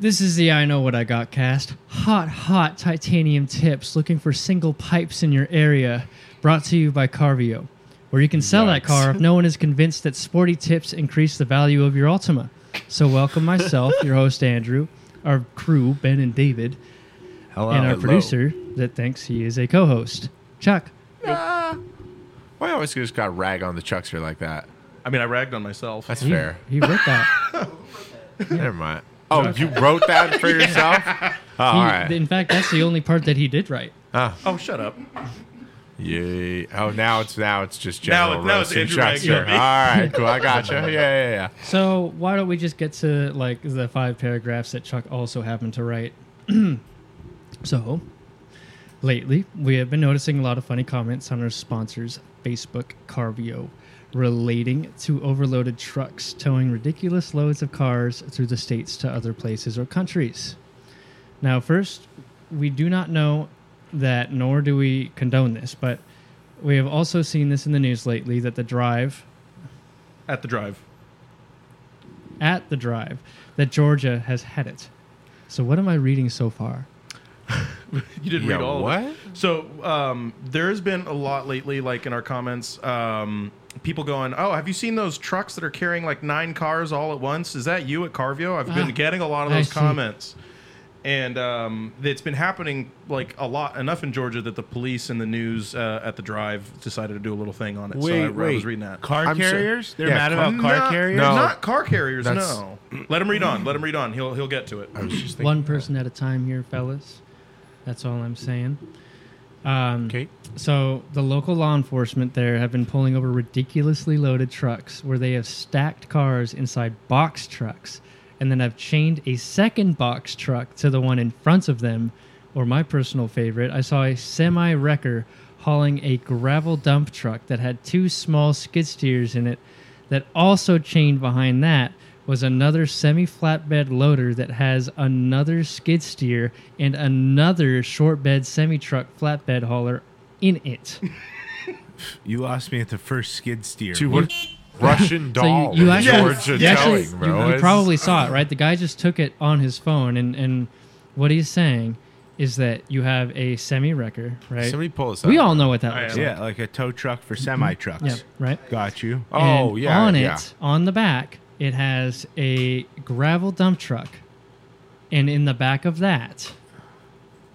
This is the I Know What I Got cast. Hot, hot titanium tips looking for single pipes in your area. Brought to you by Carvio, where you can sell that Yikes. car if no one is convinced that sporty tips increase the value of your Altima. So, welcome myself, your host, Andrew, our crew, Ben and David, Hello, and our hello. producer that thinks he is a co host, Chuck. Why you always just got rag on the chuckster like that? I mean, I ragged on myself. That's He- fair. He wrote that. Never mind. Oh, you wrote that for yourself? Oh, He- all right. In fact, that's the only part that he did write. Oh, shut up. Yay. Oh, now it's now it's just Now general it- now it's roasting Andrew ragging chuckster. on All me. right, cool. I gotcha. Yeah, yeah, yeah. So why don't we just get to like the five paragraphs that Chuck also happened to write? so lately, we have been noticing a lot of funny comments on our sponsors, Facebook Carvio, relating to overloaded trucks towing ridiculous loads of cars through the states to other places or countries. Now, first, we do not know that, nor do we condone this, but we have also seen this in the news lately that the drive At the drive. at the drive that Georgia has had it. So what am I reading so far? You didn't Yeah, read all what? of it. So um, there's been a lot lately, like in our comments, um, people going, "Oh, have you seen those trucks that are carrying like nine cars all at once? Is that you at Carvio?" I've Ah, been getting a lot of I those see. comments, and um, it's been happening like a lot enough in Georgia that the police and the news uh, at the drive decided to do a little thing on it. so I, I was reading that. Car I'm so- carriers? They're Yeah, mad car- about car Not- carriers? No. Not car carriers. That's- No. Let him read on. Let him read on. He'll he'll get to it. I was just thinking. One person at a time here, fellas. That's all I'm saying. Um, Okay. So the local law enforcement there have been pulling over ridiculously loaded trucks where they have stacked cars inside box trucks and then have chained a second box truck to the one in front of them. Or my personal favorite, I saw a semi wrecker hauling a gravel dump truck that had two small skid steers in it that also chained behind that was another semi flatbed loader that has another skid steer and another short bed semi truck flatbed hauler in it. You lost me at the first skid steer. Dude, what Russian doll so you, you with actually, Georgia you, actually- towing, you- bro. you It's- probably saw it, right? The guy just took it on his phone, and, and what he's saying is that you have a semi wrecker, right? Somebody pull us up. we all know what that I looks am. like. Yeah, like a tow truck for semi trucks. Mm-hmm. Yeah, right. Got you. Oh, And yeah. On yeah. it, on the back, it has a gravel dump truck, and in the back of that,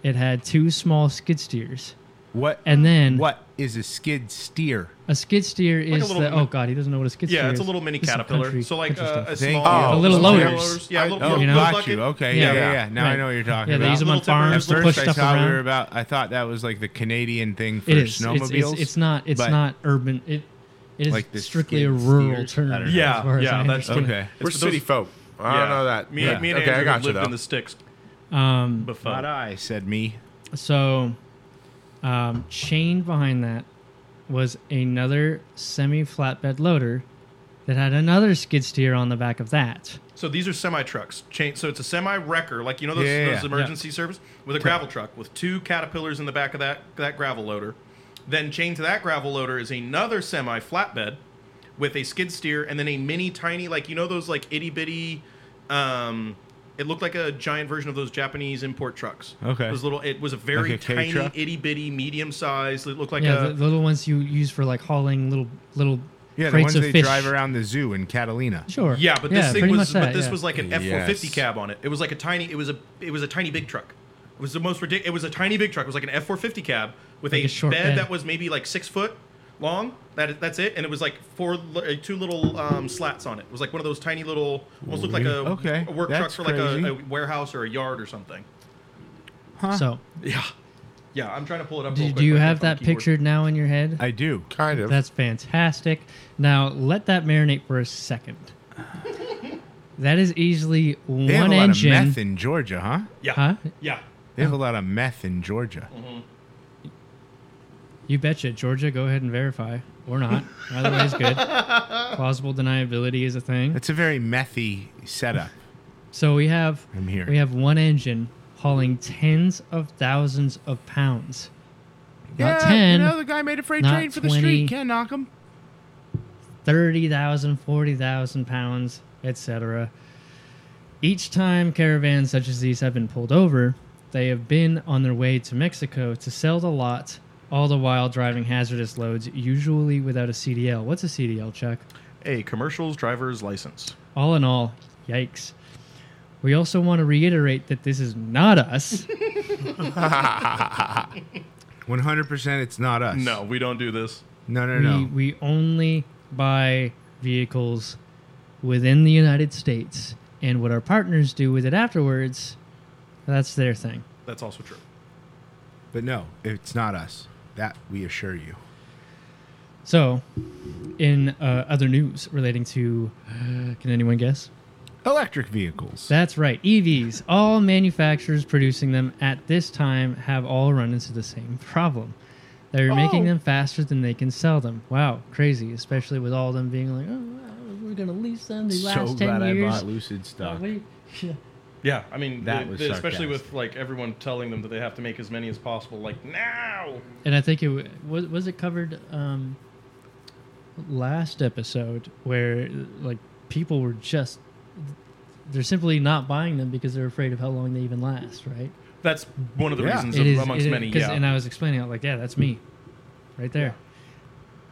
it had two small skid steers, What? and then what is a skid steer? a skid steer is little the mini- oh god, he doesn't know what a skid steer is. Yeah, it's a little mini This is caterpillar. country- So like country uh, stuff. a Thank small, you. A little small loaders. Yeah, a little, oh, little you know? got bucket. you. Okay. Yeah. Yeah, yeah. yeah. Now Right. I know what you're talking Yeah, they about. use them on Little tippers, farms At to first, push I stuff saw we around. were about. I thought that was like the Canadian thing for it is. It's, snowmobiles. it's, it's not. It's but- not urban. It it is Like the strictly a skid rural steers? I term. don't know. as Yeah, far as yeah, I that's- understand. Okay. We're for city those- folk. I don't know that. Me, yeah. me and okay, Andrew I got you, lived though. in the sticks Um, before. Not I said me. So, um, chained behind that was another semi flatbed loader that had another skid steer on the back of that. So these are semi trucks. Chain. So it's a semi wrecker, like you know those, Yeah, yeah, those yeah. emergency service with a gravel truck with two caterpillars in the back of that that gravel loader. Then chained to that gravel loader is another semi flatbed with a skid steer and then a mini tiny like you know those like itty bitty. Um, it looked like a giant version of those Japanese import trucks. Okay. Those little. It was a very Like a K tiny truck? itty bitty medium sized. It looked like yeah, a. the, the little ones you use for like hauling little little Yeah, the crates ones of they fish. drive around the zoo in Catalina. Sure. Yeah, but this thing pretty much was but that, this yeah. was like an F four fifty Yes. cab on it. It was like a tiny it was a it was a tiny big truck. It was the most ridiculous. It was a tiny big truck. It was like an F four fifty cab with Like a, a short bed, bed. that was maybe like six foot long. That that's it, and it was like four li- uh, two little um, slats on it. It was like one of those tiny little almost looked like a, Okay, a work that's truck for like a, crazy. a warehouse or a yard or something. So, Yeah, yeah. I'm trying to pull it up. do, real do quick you right have here from that the keyboard. pictured now in your head? I do. Kind of. That's fantastic. Now let that marinate for a second. that is easily one They have a lot engine. of meth in Georgia, huh? Yeah, Huh? yeah. They have a lot of meth in Georgia. You betcha. Georgia, go ahead and verify. Or not. Either way is good. Plausible deniability is a thing. That's a very methy setup. So we have I'm here. we have one engine hauling tens of thousands of pounds. Not ten, You know, the guy made a freight not train for the 20. street. Can't knock him. thirty thousand, forty thousand pounds, etc. Each time caravans such as these have been pulled over, they have been on their way to Mexico to sell the lot, all the while driving hazardous loads, usually without a CDL. What's a CDL, Chuck? A commercials driver's license. All in all, yikes. We also want to reiterate that this is not us. 100% it's not us. No, we don't do this. No, no, we, no. we only buy vehicles within the United States, and what our partners do with it afterwards, that's their thing. That's also true. But no, it's not us. That we assure you. So, in uh, other news relating to, uh, can anyone guess? Electric vehicles. That's right, EVs. All manufacturers producing them at this time have all run into the same problem. They're making them faster than they can sell them. Wow, crazy, especially with all of them being like, oh, wow, we're going to lease them the last 10 years. Lucid stock. We- yeah. Yeah, I mean, That the- was the- especially with sarcastic. like everyone telling them that they have to make as many as possible. Like now, And I think it w- was was it covered um, last episode where like people were just they're simply not buying them because they're afraid of how long they even last, right? that's one of the Yeah. reasons It is amongst it is- many. 'cause- Yeah, And I was explaining it like, yeah, that's me, right there.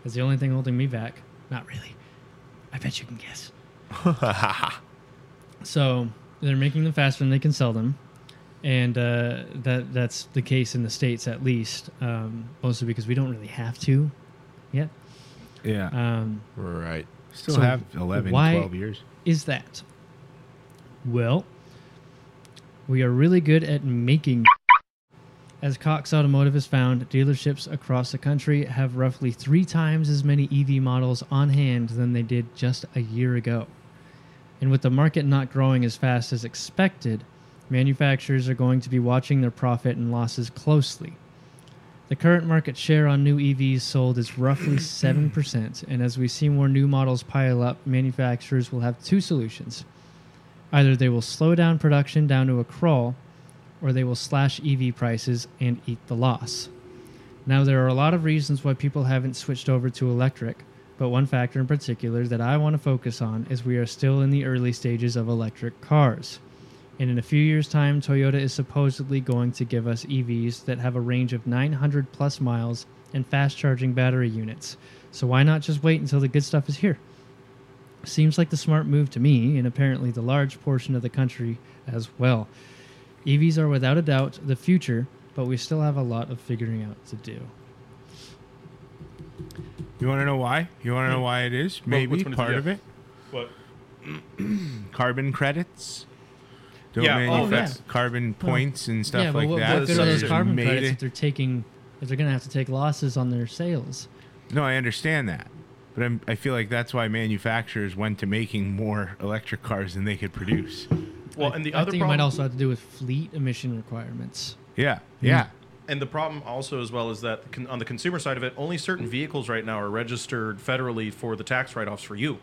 That's the only thing holding me back. Not really. I bet you can guess. so they're making them faster than they can sell them, and uh, that that's the case in the states at least, um, mostly because we don't really have to yet. yeah. Um, Right. Still so have 11, why- 12 years. is that? Well, we are really good at making. As Cox Automotive has found, dealerships across the country have roughly three times as many EV models on hand than they did just a year ago. And with the market not growing as fast as expected, manufacturers are going to be watching their profit and losses closely. The current market share on new EVs sold is roughly 7%, and as we see more new models pile up, manufacturers will have two solutions. Either they will slow down production down to a crawl, or they will slash EV prices and eat the loss. Now, there are a lot of reasons why people haven't switched over to electric, but one factor in particular that I want to focus on is we are still in the early stages of electric cars. And in a few years' time, Toyota is supposedly going to give us EVs that have a range of 900 plus miles and fast charging battery units. So why not just wait until the good stuff is here? Seems like the smart move to me, and apparently the large portion of the country as well. EVs are without a doubt the future, but we still have a lot of figuring out to do. You want to know why? You want to know why it is? Maybe which one is it? part Yeah. of it? but Carbon credits. Don't Yeah, oh, manufacture carbon points and stuff like what, that. what good good so are are those they carbon made credits it- if they're taking, if they're going to have to take losses on their sales? No, I understand that. But I'm, I feel like that's why manufacturers went to making more electric cars than they could produce. well, and the I other think it problem, might also have to do with fleet emission requirements. Yeah, yeah. and the problem also as well is that con- on the consumer side of it, only certain vehicles right now are registered federally for the tax write-offs for you.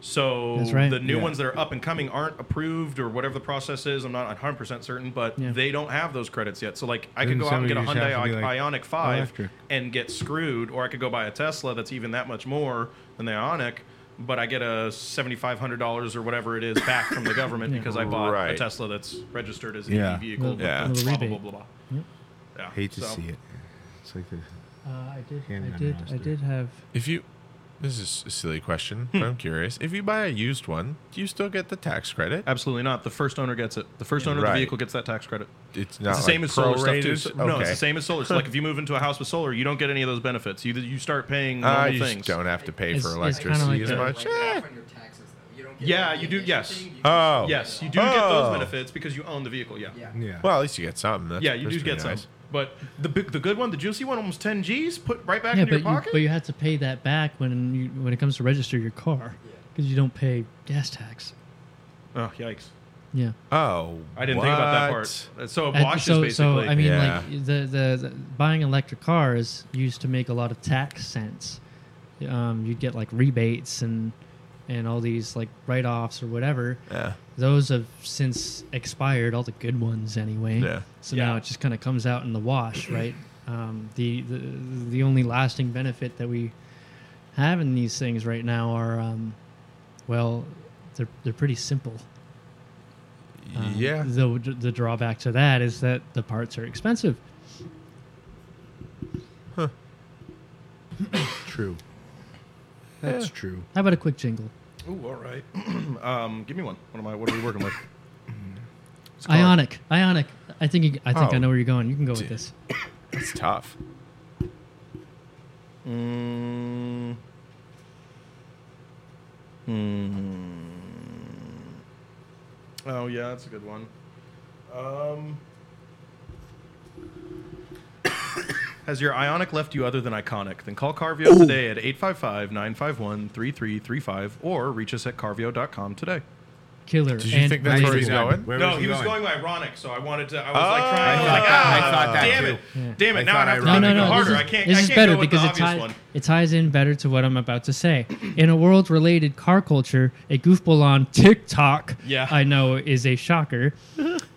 So That's right. the new Yeah. ones that are up and coming aren't approved or whatever the process is. I'm not 100 percent certain, but Yeah. they don't have those credits yet. So like I Then could go out and get a somebody just Hyundai has to be, like, "Oh, Ionic Five electric. and get screwed, or I could go buy a Tesla that's even that much more than the Ionic, but I get a $7,500 or whatever it is back from the government because I bought a Right. Tesla that's registered as an Yeah. EV vehicle. Little- Yeah. little Blah, blah, rebate. blah, blah, blah. Yeah, Hate to so- see it. It's like the Uh, I did. Hand I on did. I roster. did have. If you, this is a silly question, Hmm. but I'm curious. If you buy a used one, do you still get the tax credit? Absolutely not. The first owner gets it. The first owner of Right. the vehicle gets that tax credit. It's not It's the same like as solar stuff too. prorated? So- No, it's Okay. the same as solar. So like if you move into a house with solar, you don't get any of those benefits. You you start paying normal Uh, you just things. don't have to pay It's- for it's kinda electricity like as a- much. Eh. Yeah, you do- yes. Oh. Yes, you do get Oh. those benefits because you own the vehicle. Yeah. Yeah. yeah. Well, at least you get something. That's, Yeah, you that's do get pretty nice. some. But the big, the good one, the juicy one, almost 10 G's, put right back Yeah, into but your you, pocket. but you have to pay that back when you when it comes to register your car because you don't pay gas tax. oh, yikes. Yeah, Oh, I didn't think about that part. what? Uh, So it And washes so basically. so I mean, Yeah. like the, the the buying electric car is used to make a lot of tax sense. Um, you'd get like rebates and and all these like write offs or whatever. Yeah. Those have since expired, all the good ones anyway. Yeah. So Yeah. now it just kind of comes out in the wash, right? Um, the, the the only lasting benefit that we have in these things right now are, um, well, they're they're pretty simple. yeah. The the drawback to that is that the parts are expensive. True. That's true. How about a quick jingle? Ooh, all right. um, give me one. What am I? What are we working with? It's called- Ionic, Ionic. I think you, I think I Oh. know where you're going. You can go with this. It's tough. Mm. Hmm. Oh yeah, that's a good one. Um. Has your ionic left you other than iconic? Then call Carvio today at 855-951-3335 or reach us at carvio.com today. Killer. Did you and think that's where he's amazing. going? no, he was going? ironic, so I wanted to. I was like Oh. trying. I was I like, thought- ah, I thought that damn too. it, damn it! I Now thought I have to No, try to no, no. This go ironic. harder. is, I can't. this I is can't better go with because the it obvious ties one. it ties in better to what I'm about to say. In a world related car culture, a goofball on TikTok, Yeah. I know is a shocker,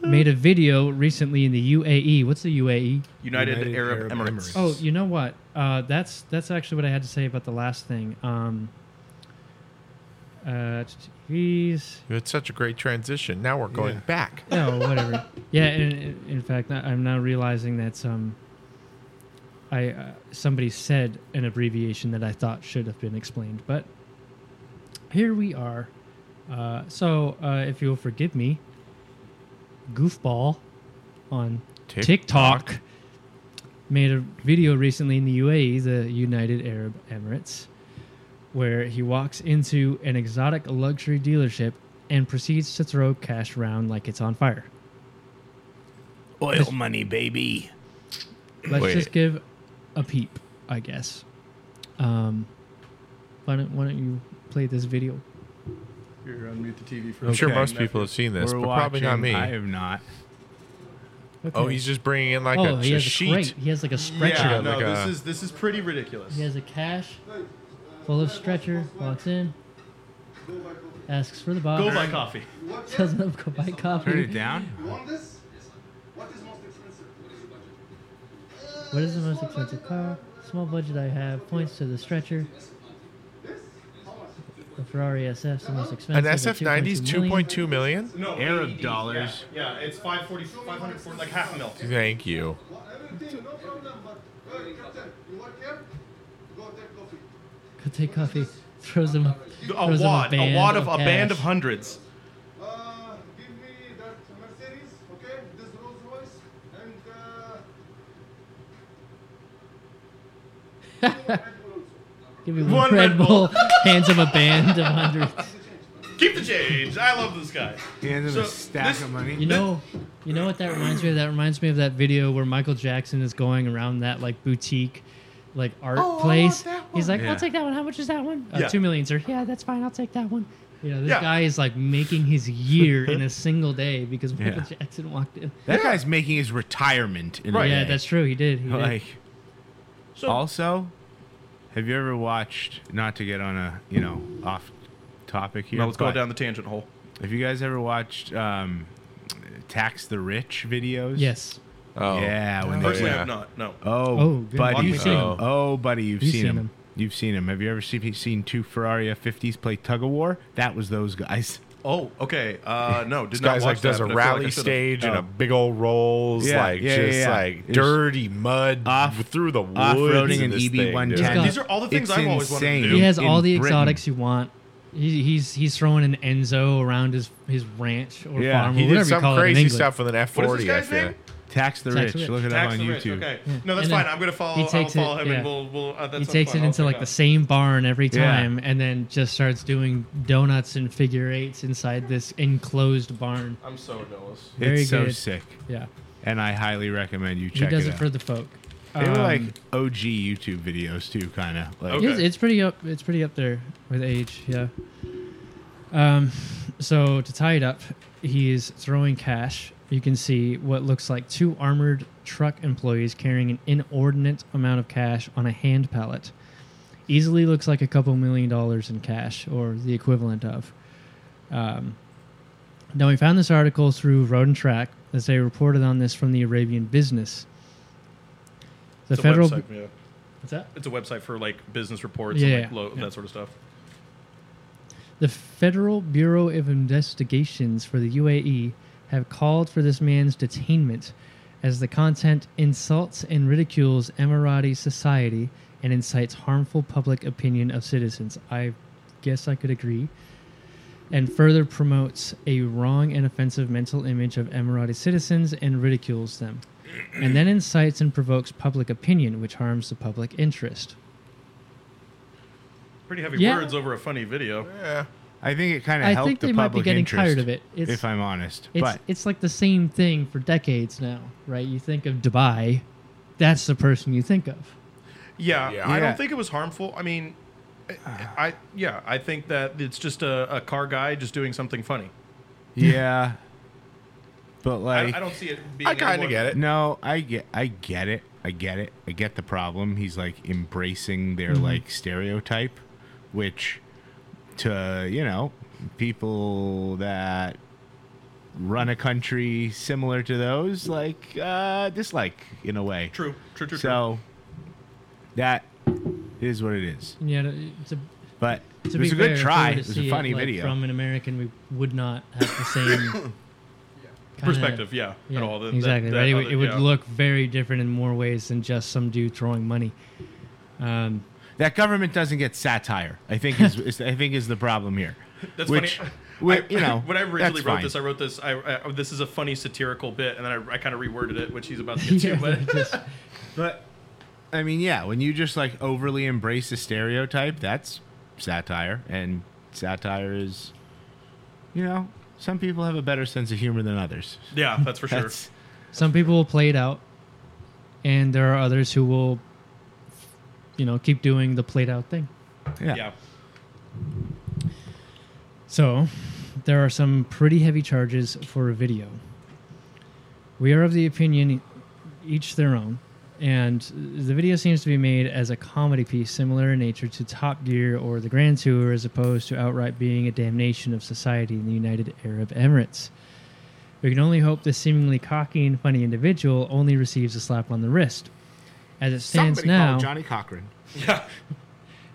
made a video recently in the UAE. What's the UAE? United, Arab, Emirates. Oh, you know what? Uh, that's that's actually what I had to say about the last thing. Um, uh, t- t- he's You had such a great transition. Now we're going Yeah. back. no, whatever. yeah, in, in fact, I- I'm now realizing that um, I uh, somebody said an abbreviation that I thought should have been explained, but here we are. Uh, so, uh, if you'll forgive me, goofball on Tick- TikTok. made a video recently in the UAE, the United Arab Emirates, where he walks into an exotic luxury dealership and proceeds to throw cash around like it's on fire. Oil money, baby. Let's Wait. just give a peep, I guess. Um, why don't Why don't you play this video? Here, unmute the TV for I'm sure Okay. most people have seen this, We're but probably not watching- me. I have not. Oh, Okay. he's just bringing in like oh, a, he a has a sheet. crate. He has like a stretcher. Yeah, Like no, a- this is this is pretty ridiculous. He has a cash full of stretcher. Walks in, asks for the box. Go buy coffee. Doesn't go buy coffee. Turn it down. want this? What is most expensive? What is your budget? What is the most expensive car? Small budget I have. Points to the stretcher. The Ferrari SF's the most An expensive. at SF90 is 2.2 2.2 million. No, Arab 80, dollars. Yeah, yeah, it's 540, 540, like half a mil. Thank you. What, everything, no problem, but uh, Captain, you work here? Go take coffee. million. Could take coffee. Throws him. A throws him wad, a band wad of, a band cash. of hundreds. Uh, give me that Mercedes, okay? This Rolls Royce, and uh, Give me one, One Red Red Bull. hands him a band of hundreds. Keep the change. I love this guy. Hand him So, a stack this- of money. You know, you know what that reminds me of? That reminds me of that video where Michael Jackson is going around that like boutique, like art place. He's like, Yeah. "I'll take that one. How much is that one? Uh, Yeah. Two million, sir. Yeah, that's fine. I'll take that one." You know, this Yeah. guy is like making his year in a single day because Michael Yeah. Jackson walked in. that guy's making his retirement in a Right. Yeah, day. that's true. He did. He did. like So- also have you ever watched not to get on a you know off topic here No, let's go but down the tangent hole. Oh, have you guys ever watched um tax the rich videos yes. Oh, yeah when they Oh, Personally, yeah. I've not. No. oh, Oh, good. buddy You've seen 'em. oh. buddy you've, seen, him. you've seen him have you ever seen, seen two ferrari f50s play tug of war that was those guys Oh, okay. Uh, no, did This not guy's watch like does that, a but I feel like I rally should've. stage and Oh. a big old rolls, Yeah, like yeah, yeah, just yeah. like It's dirty mud off- through the woods. off-roading in an E this thing, EB110. dude. got- These are all the things It's I've always wanted to insane. do. He has in all the Britain. exotics you want. He, he's he's throwing an Enzo around his, his ranch or Yeah, farm or He whatever did you some call it in crazy England. stuff with an F40. What is this I guy's feel. name? tax the Tax rich the look it up Tax on the rich, youtube Okay. No, that's And then fine. I'm gonna follow. he I'll takes follow it- him, yeah. and we'll. we'll uh, that he sounds takes fun. it I'll into check like out. the same barn every Yeah. time and then just starts doing donuts and figure eights inside this enclosed barn I'm so jealous. Very it's so good. sick yeah and i highly recommend you he check does it it, out for the folk They were Um, like OG YouTube videos too, kind of. Like, Okay. it's, it's pretty up it's pretty up there with age yeah um so to tie it up he is throwing cash you can see what looks like two armored truck employees carrying an inordinate amount of cash on a hand pallet easily looks like a couple million dollars in cash or the equivalent of um, now we found this article through road and track as they reported on this from the arabian business the It's a federal Website, yeah. what's that It's a website for like business reports Yeah, and like yeah. lo- that sort of stuff. The Federal Bureau of Investigations for the UAE E have called for this man's detainment, as the content insults and ridicules Emirati society and incites harmful public opinion of citizens. I guess I could agree. And further promotes a wrong and offensive mental image of Emirati citizens and ridicules them. And then incites and provokes public opinion, which harms the public interest. Pretty heavy Yeah. words over a funny video. Yeah. I think it kind of I helped think the they might be public getting interest, tired of it. It's- if I'm honest. It's but it's like the same thing for decades now, right? You think of Dubai, that's the person you think of. Yeah, Yeah. I Yeah. don't think it was harmful. I mean, Ah. I, I yeah, I think that it's just a, a car guy just doing something funny. yeah, but like uh, I, I don't see it. being I kind anyone- of get it. No, I get I get it. I get it. I get the problem. He's like embracing their Mm-hmm. like stereotype, which to, you know, people that run a country similar to those like uh dislike in a way. True, true, true. true. So that is what it is. And yet, it's a But to it was be a fair, good if we try. were to It was see a funny like, video. From an American, we would not have the same kinda- Perspective, yeah, and all that- that- exactly that right. It other- would- it would yeah. look very different in more ways than just some dude throwing money. Um, that government doesn't get satire. I think is, is I think is the problem here. That's which, funny. whi- I- you know, when I originally that's wrote fine. this, I wrote this. I, I this is a funny satirical bit, and then I, I kind of reworded it, which he's about to get yeah, to. But just- But I mean, yeah, when you just like overly embrace a stereotype, that's satire, and satire is, you know, some people have a better sense of humor than others. yeah, that's for sure. That's some people will play it out, and there are others who will, you know, keep doing the played out thing. yeah. yeah. So, there are some pretty heavy charges for a video. We are of the opinion, each their own, and the video seems to be made as a comedy piece similar in nature to Top Gear or The Grand Tour, as opposed to outright being a damnation of society in the United Arab Emirates. We can only hope this seemingly cocky and funny individual only receives a slap on the wrist. As it stands Somebody now, called Johnny Cochran.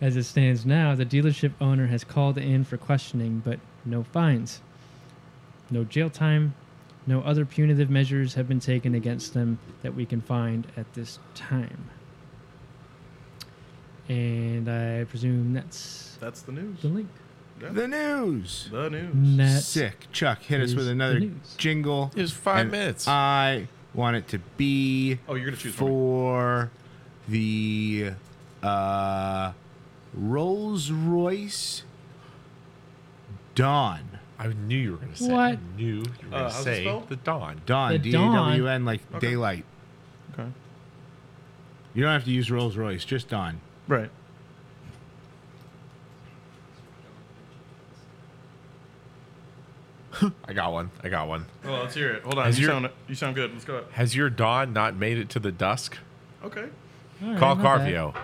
as it stands now, the dealership owner has called in for questioning, but no fines. No jail time, no other punitive measures have been taken against them that we can find at this time. And I presume that's That's the news. the link. The news. The news. That's Sick. Chuck, hit us is with the another news. jingle. It's five And uh, minutes. I want it to be. Oh, you're gonna choose for the uh, Rolls Royce Dawn. I knew you were gonna say. I What? knew you were gonna Uh, how's it say spelled? the dawn. Dawn. The D A W N like Okay. daylight. Okay. You don't have to use Rolls Royce, just Dawn. Right. I got one. I got one. Well, let's hear it. Hold on. Has You your- sound you sound good. Let's go. Has your dawn not made it to the dusk? Okay. All right, Call not bad. Carvio.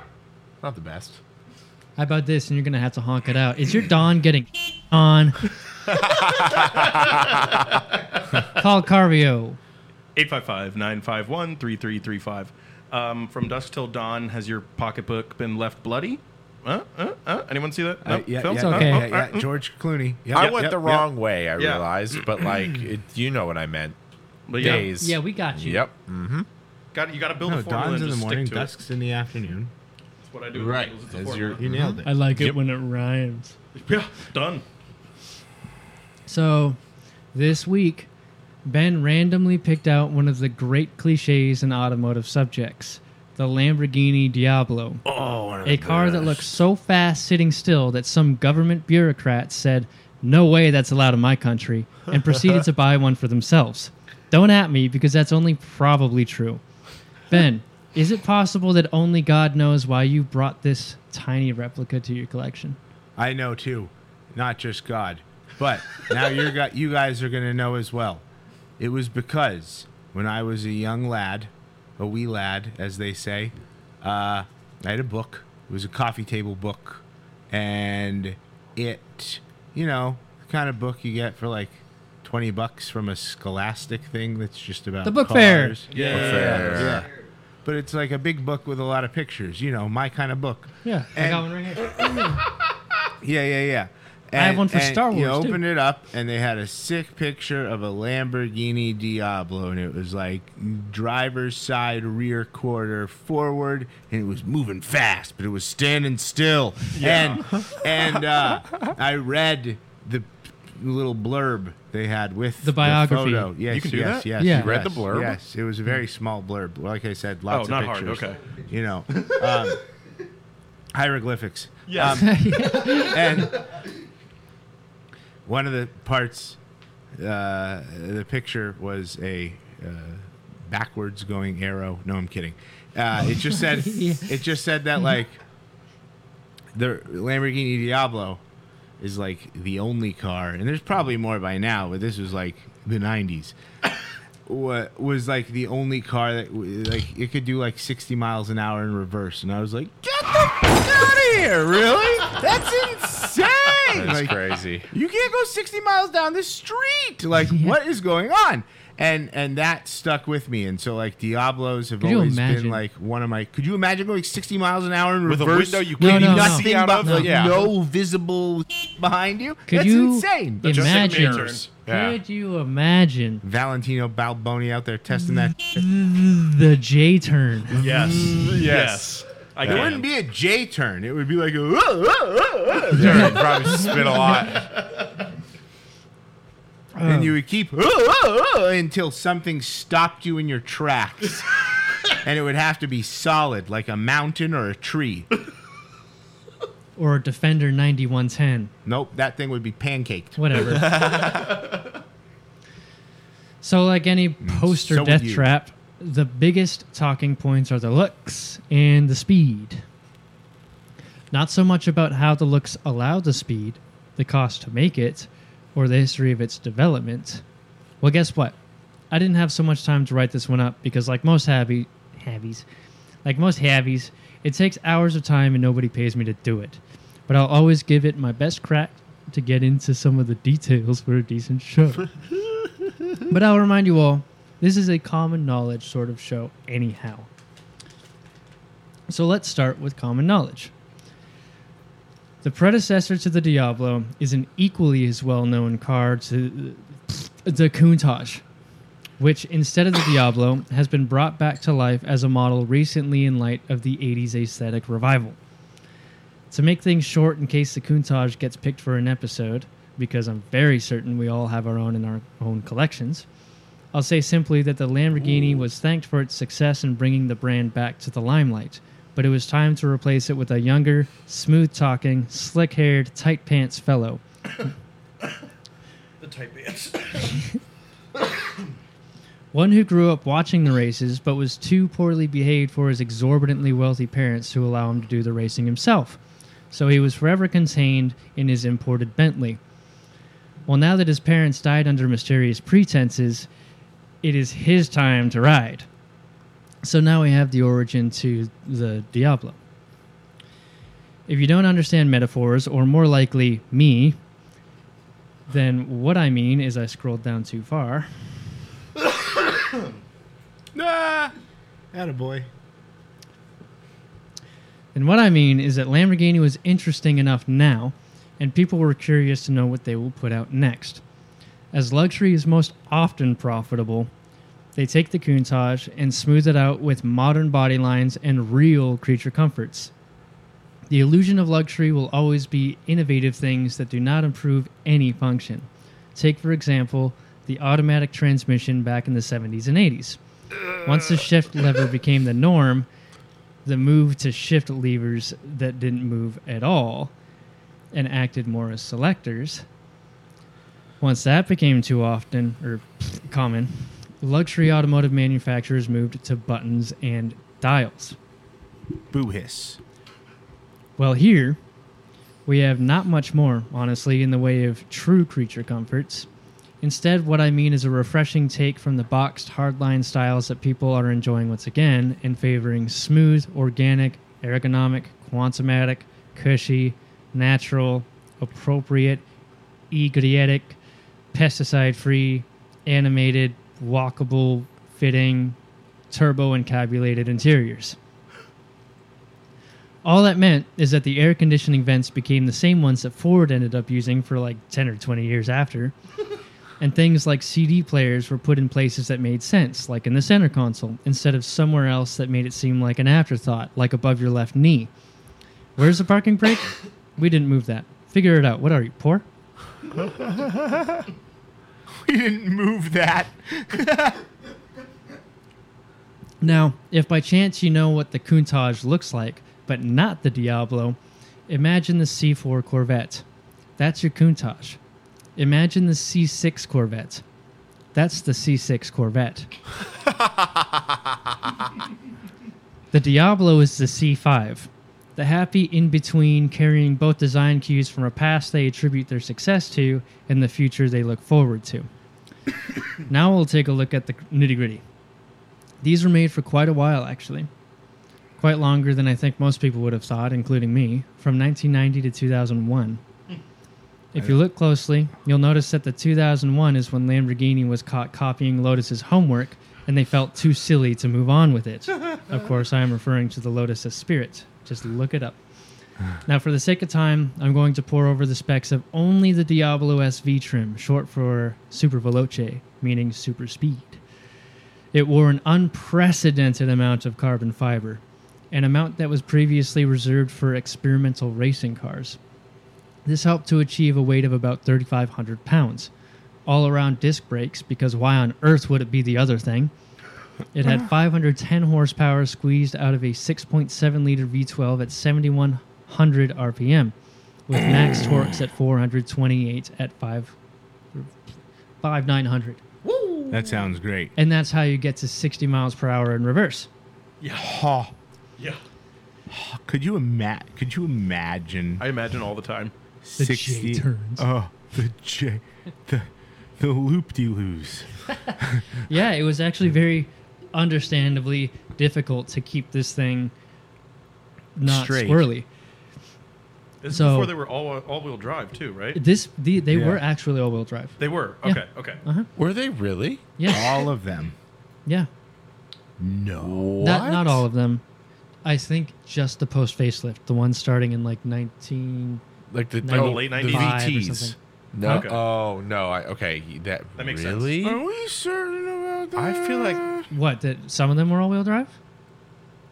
Not the best. How about this? And you're going to have to honk it out. Is your Don getting on? Call Carvio. 855-951-3335. Um, from dusk till dawn, has your pocketbook been left bloody? Uh, uh, uh. Anyone see that? Uh, yeah, Phil? yeah, It's okay. yeah, Uh, yeah, uh, yeah. uh, George Clooney. Yep, I yep, went yep, the yep. wrong way. I Yeah. realized, but like, it, you know what I meant. But yeah, Days. Yeah, we got you. Yep. Got you. Got to build No, a formula Dawn's and in the just morning, stick to it. dusk's in the afternoon. Mm-hmm. That's what I do. with Right. tables, it's a As formula. your- You nailed it. I like it Yep. when it rhymes. Yeah. Done. So, this week, Ben randomly picked out one of the great cliches in automotive subjects the Lamborghini Diablo. a car that looks so fast sitting still that some government bureaucrats said, No way that's allowed in my country, and proceeded to buy one for themselves. Don't at me because that's only probably true. Ben, is it possible that only God knows why you brought this tiny replica to your collection? I know too, not just God. But now you're got you guys are gonna know as well. It was because when I was a young lad, a wee lad, as they say, uh, I had a book. It was a coffee table book, and it, you know, the kind of book you get for like twenty bucks from a Scholastic thing that's just about The book fair. cars. Yeah. Fair. yeah. But it's like a big book with a lot of pictures. You know, my kind of book. Yeah, I And- got one right here. Yeah, yeah, yeah. I have one for Star You Wars, too. opened it up, and they had a sick picture of a Lamborghini Diablo, and it was like driver's side, rear quarter, forward, and it was moving fast, but it was standing still. And and uh, I read the little blurb they had with The biography. photo. Yes, You can do yes, that? yes. Yeah. You read the yes, blurb? Oh, Yes, it was a very small blurb. Like I said, lots not of hard, pictures. okay. You know, um, hieroglyphics. Um, Yes. And one of the parts, uh, the picture was a uh, backwards going arrow. No, I'm kidding. Uh, it just said Yeah. it just said that like the Lamborghini Diablo is like the only car, and there's probably more by now, but this was like the '90s. wa- was like the only car that w- like it could do like 60 miles an hour in reverse, and I was like, "Get the fuck out of here! Really? That's insane! That's Like, crazy. you can't go 60 miles down the street. Like, what is going on? And and that stuck with me. And so like Diablos have Could you always imagine? been like one of my. Could you imagine going 60 miles an hour in With a reverse? window you No, can't no, even no. see out of. No, No. Like, yeah. no visible behind you. Could That's you insane. im- Just like Imagine. mirrors. Yeah. Could you imagine Valentino Balboni out there testing that. Mm. the J turn? Yes. Yes. I It can. wouldn't be a J turn. It would be like a. "Whoa, whoa, whoa," Sure, you'd probably spit a lot. and you would keep "Whoa, whoa, whoa," until something stopped you in your tracks. and it would have to be solid, like a mountain or a tree. Or Defender 9110. Nope, that thing would be pancaked. Whatever. so, like any poster Mm, so death would you. trap, the biggest talking points are the looks and the speed. Not so much about how the looks allow the speed, the cost to make it, or the history of its development. Well, guess what? I didn't have so much time to write this one up because, like most happy, havies, like most havies, it takes hours of time and nobody pays me to do it. But I'll always give it my best crack to get into some of the details for a decent show. but I'll remind you all, this is a common knowledge sort of show, anyhow. So let's start with common knowledge. The predecessor to the Diablo is an equally as well known car to the Countach, which instead of the Diablo has been brought back to life as a model recently in light of the 80s aesthetic revival. To make things short, in case the Countach gets picked for an episode, because I'm very certain we all have our own in our own collections, I'll say simply that the Lamborghini was thanked for its success in bringing the brand back to the limelight, but it was time to replace it with a younger, smooth talking, slick haired, tight pants fellow. The tight pants. One who grew up watching the races but was too poorly behaved for his exorbitantly wealthy parents to allow him to do the racing himself. So he was forever contained in his imported Bentley. Well, now that his parents died under mysterious pretenses, it is his time to ride. So now we have the origin to the Diablo. If you don't understand metaphors, or more likely, me, then what I mean is I scrolled down too far. Nah. Attaboy. And what I mean is that Lamborghini was interesting enough now, and people were curious to know what they will put out next. As luxury is most often profitable, they take the Countach and smooth it out with modern body lines and real creature comforts. The illusion of luxury will always be innovative things that do not improve any function. Take, for example, the automatic transmission back in the 70s and 80s. Once the shift lever became the norm, the move to shift levers that didn't move at all and acted more as selectors. Once that became too often or common, luxury automotive manufacturers moved to buttons and dials. Boo hiss. Well, here we have not much more, honestly, in the way of true creature comforts. Instead, what I mean is a refreshing take from the boxed hardline styles that people are enjoying once again and favoring smooth, organic, ergonomic, quantumatic, cushy, natural, appropriate, egretic, pesticide free, animated, walkable, fitting, turbo encabulated interiors. All that meant is that the air conditioning vents became the same ones that Ford ended up using for like 10 or 20 years after. and things like CD players were put in places that made sense, like in the center console, instead of somewhere else that made it seem like an afterthought, like above your left knee. Where's the parking brake? we didn't move that. Figure it out. What are you, poor? We didn't move that. Now, if by chance you know what the Countach looks like, but not the Diablo, imagine the C4 Corvette. That's your Countach. Imagine the C6 Corvette. That's the C6 Corvette. the Diablo is the C5. The happy in between carrying both design cues from a past they attribute their success to and the future they look forward to. now we'll take a look at the nitty gritty. These were made for quite a while, actually. Quite longer than I think most people would have thought, including me, from 1990 to 2001. If you look closely, you'll notice that the 2001 is when Lamborghini was caught copying Lotus's homework and they felt too silly to move on with it. of course, I am referring to the Lotus as Spirit. Just look it up. Now, for the sake of time, I'm going to pour over the specs of only the Diablo SV trim, short for Super Veloce, meaning super speed. It wore an unprecedented amount of carbon fiber, an amount that was previously reserved for experimental racing cars. This helped to achieve a weight of about 3,500 pounds. All around disc brakes, because why on earth would it be the other thing? It had 510 horsepower squeezed out of a 6.7 liter V12 at 7,100 RPM, with max torques at 428 at 5, 5,900. That sounds great. And that's how you get to 60 miles per hour in reverse. Ha. Yeah. Could you ima- Could you imagine I imagine all the time. The J turns. Oh, the J, the the loop de loos. Yeah, it was actually very understandably difficult to keep this thing not Straight. swirly. This So- is before they were all all wheel drive too, right? This the, they Yeah. were actually all-wheel drive. They were. Yeah. Okay. Okay. Were they really? Yeah, All of them. yeah. No. Not not all of them. I think just the post facelift, the one starting in like 19. Like the Like oh, the late the 90s. Five or VTs. something. No. Okay. Oh no. I, okay. That, That makes sense. really? Are we certain about that? I feel like- What? That some of them were all-wheel drive.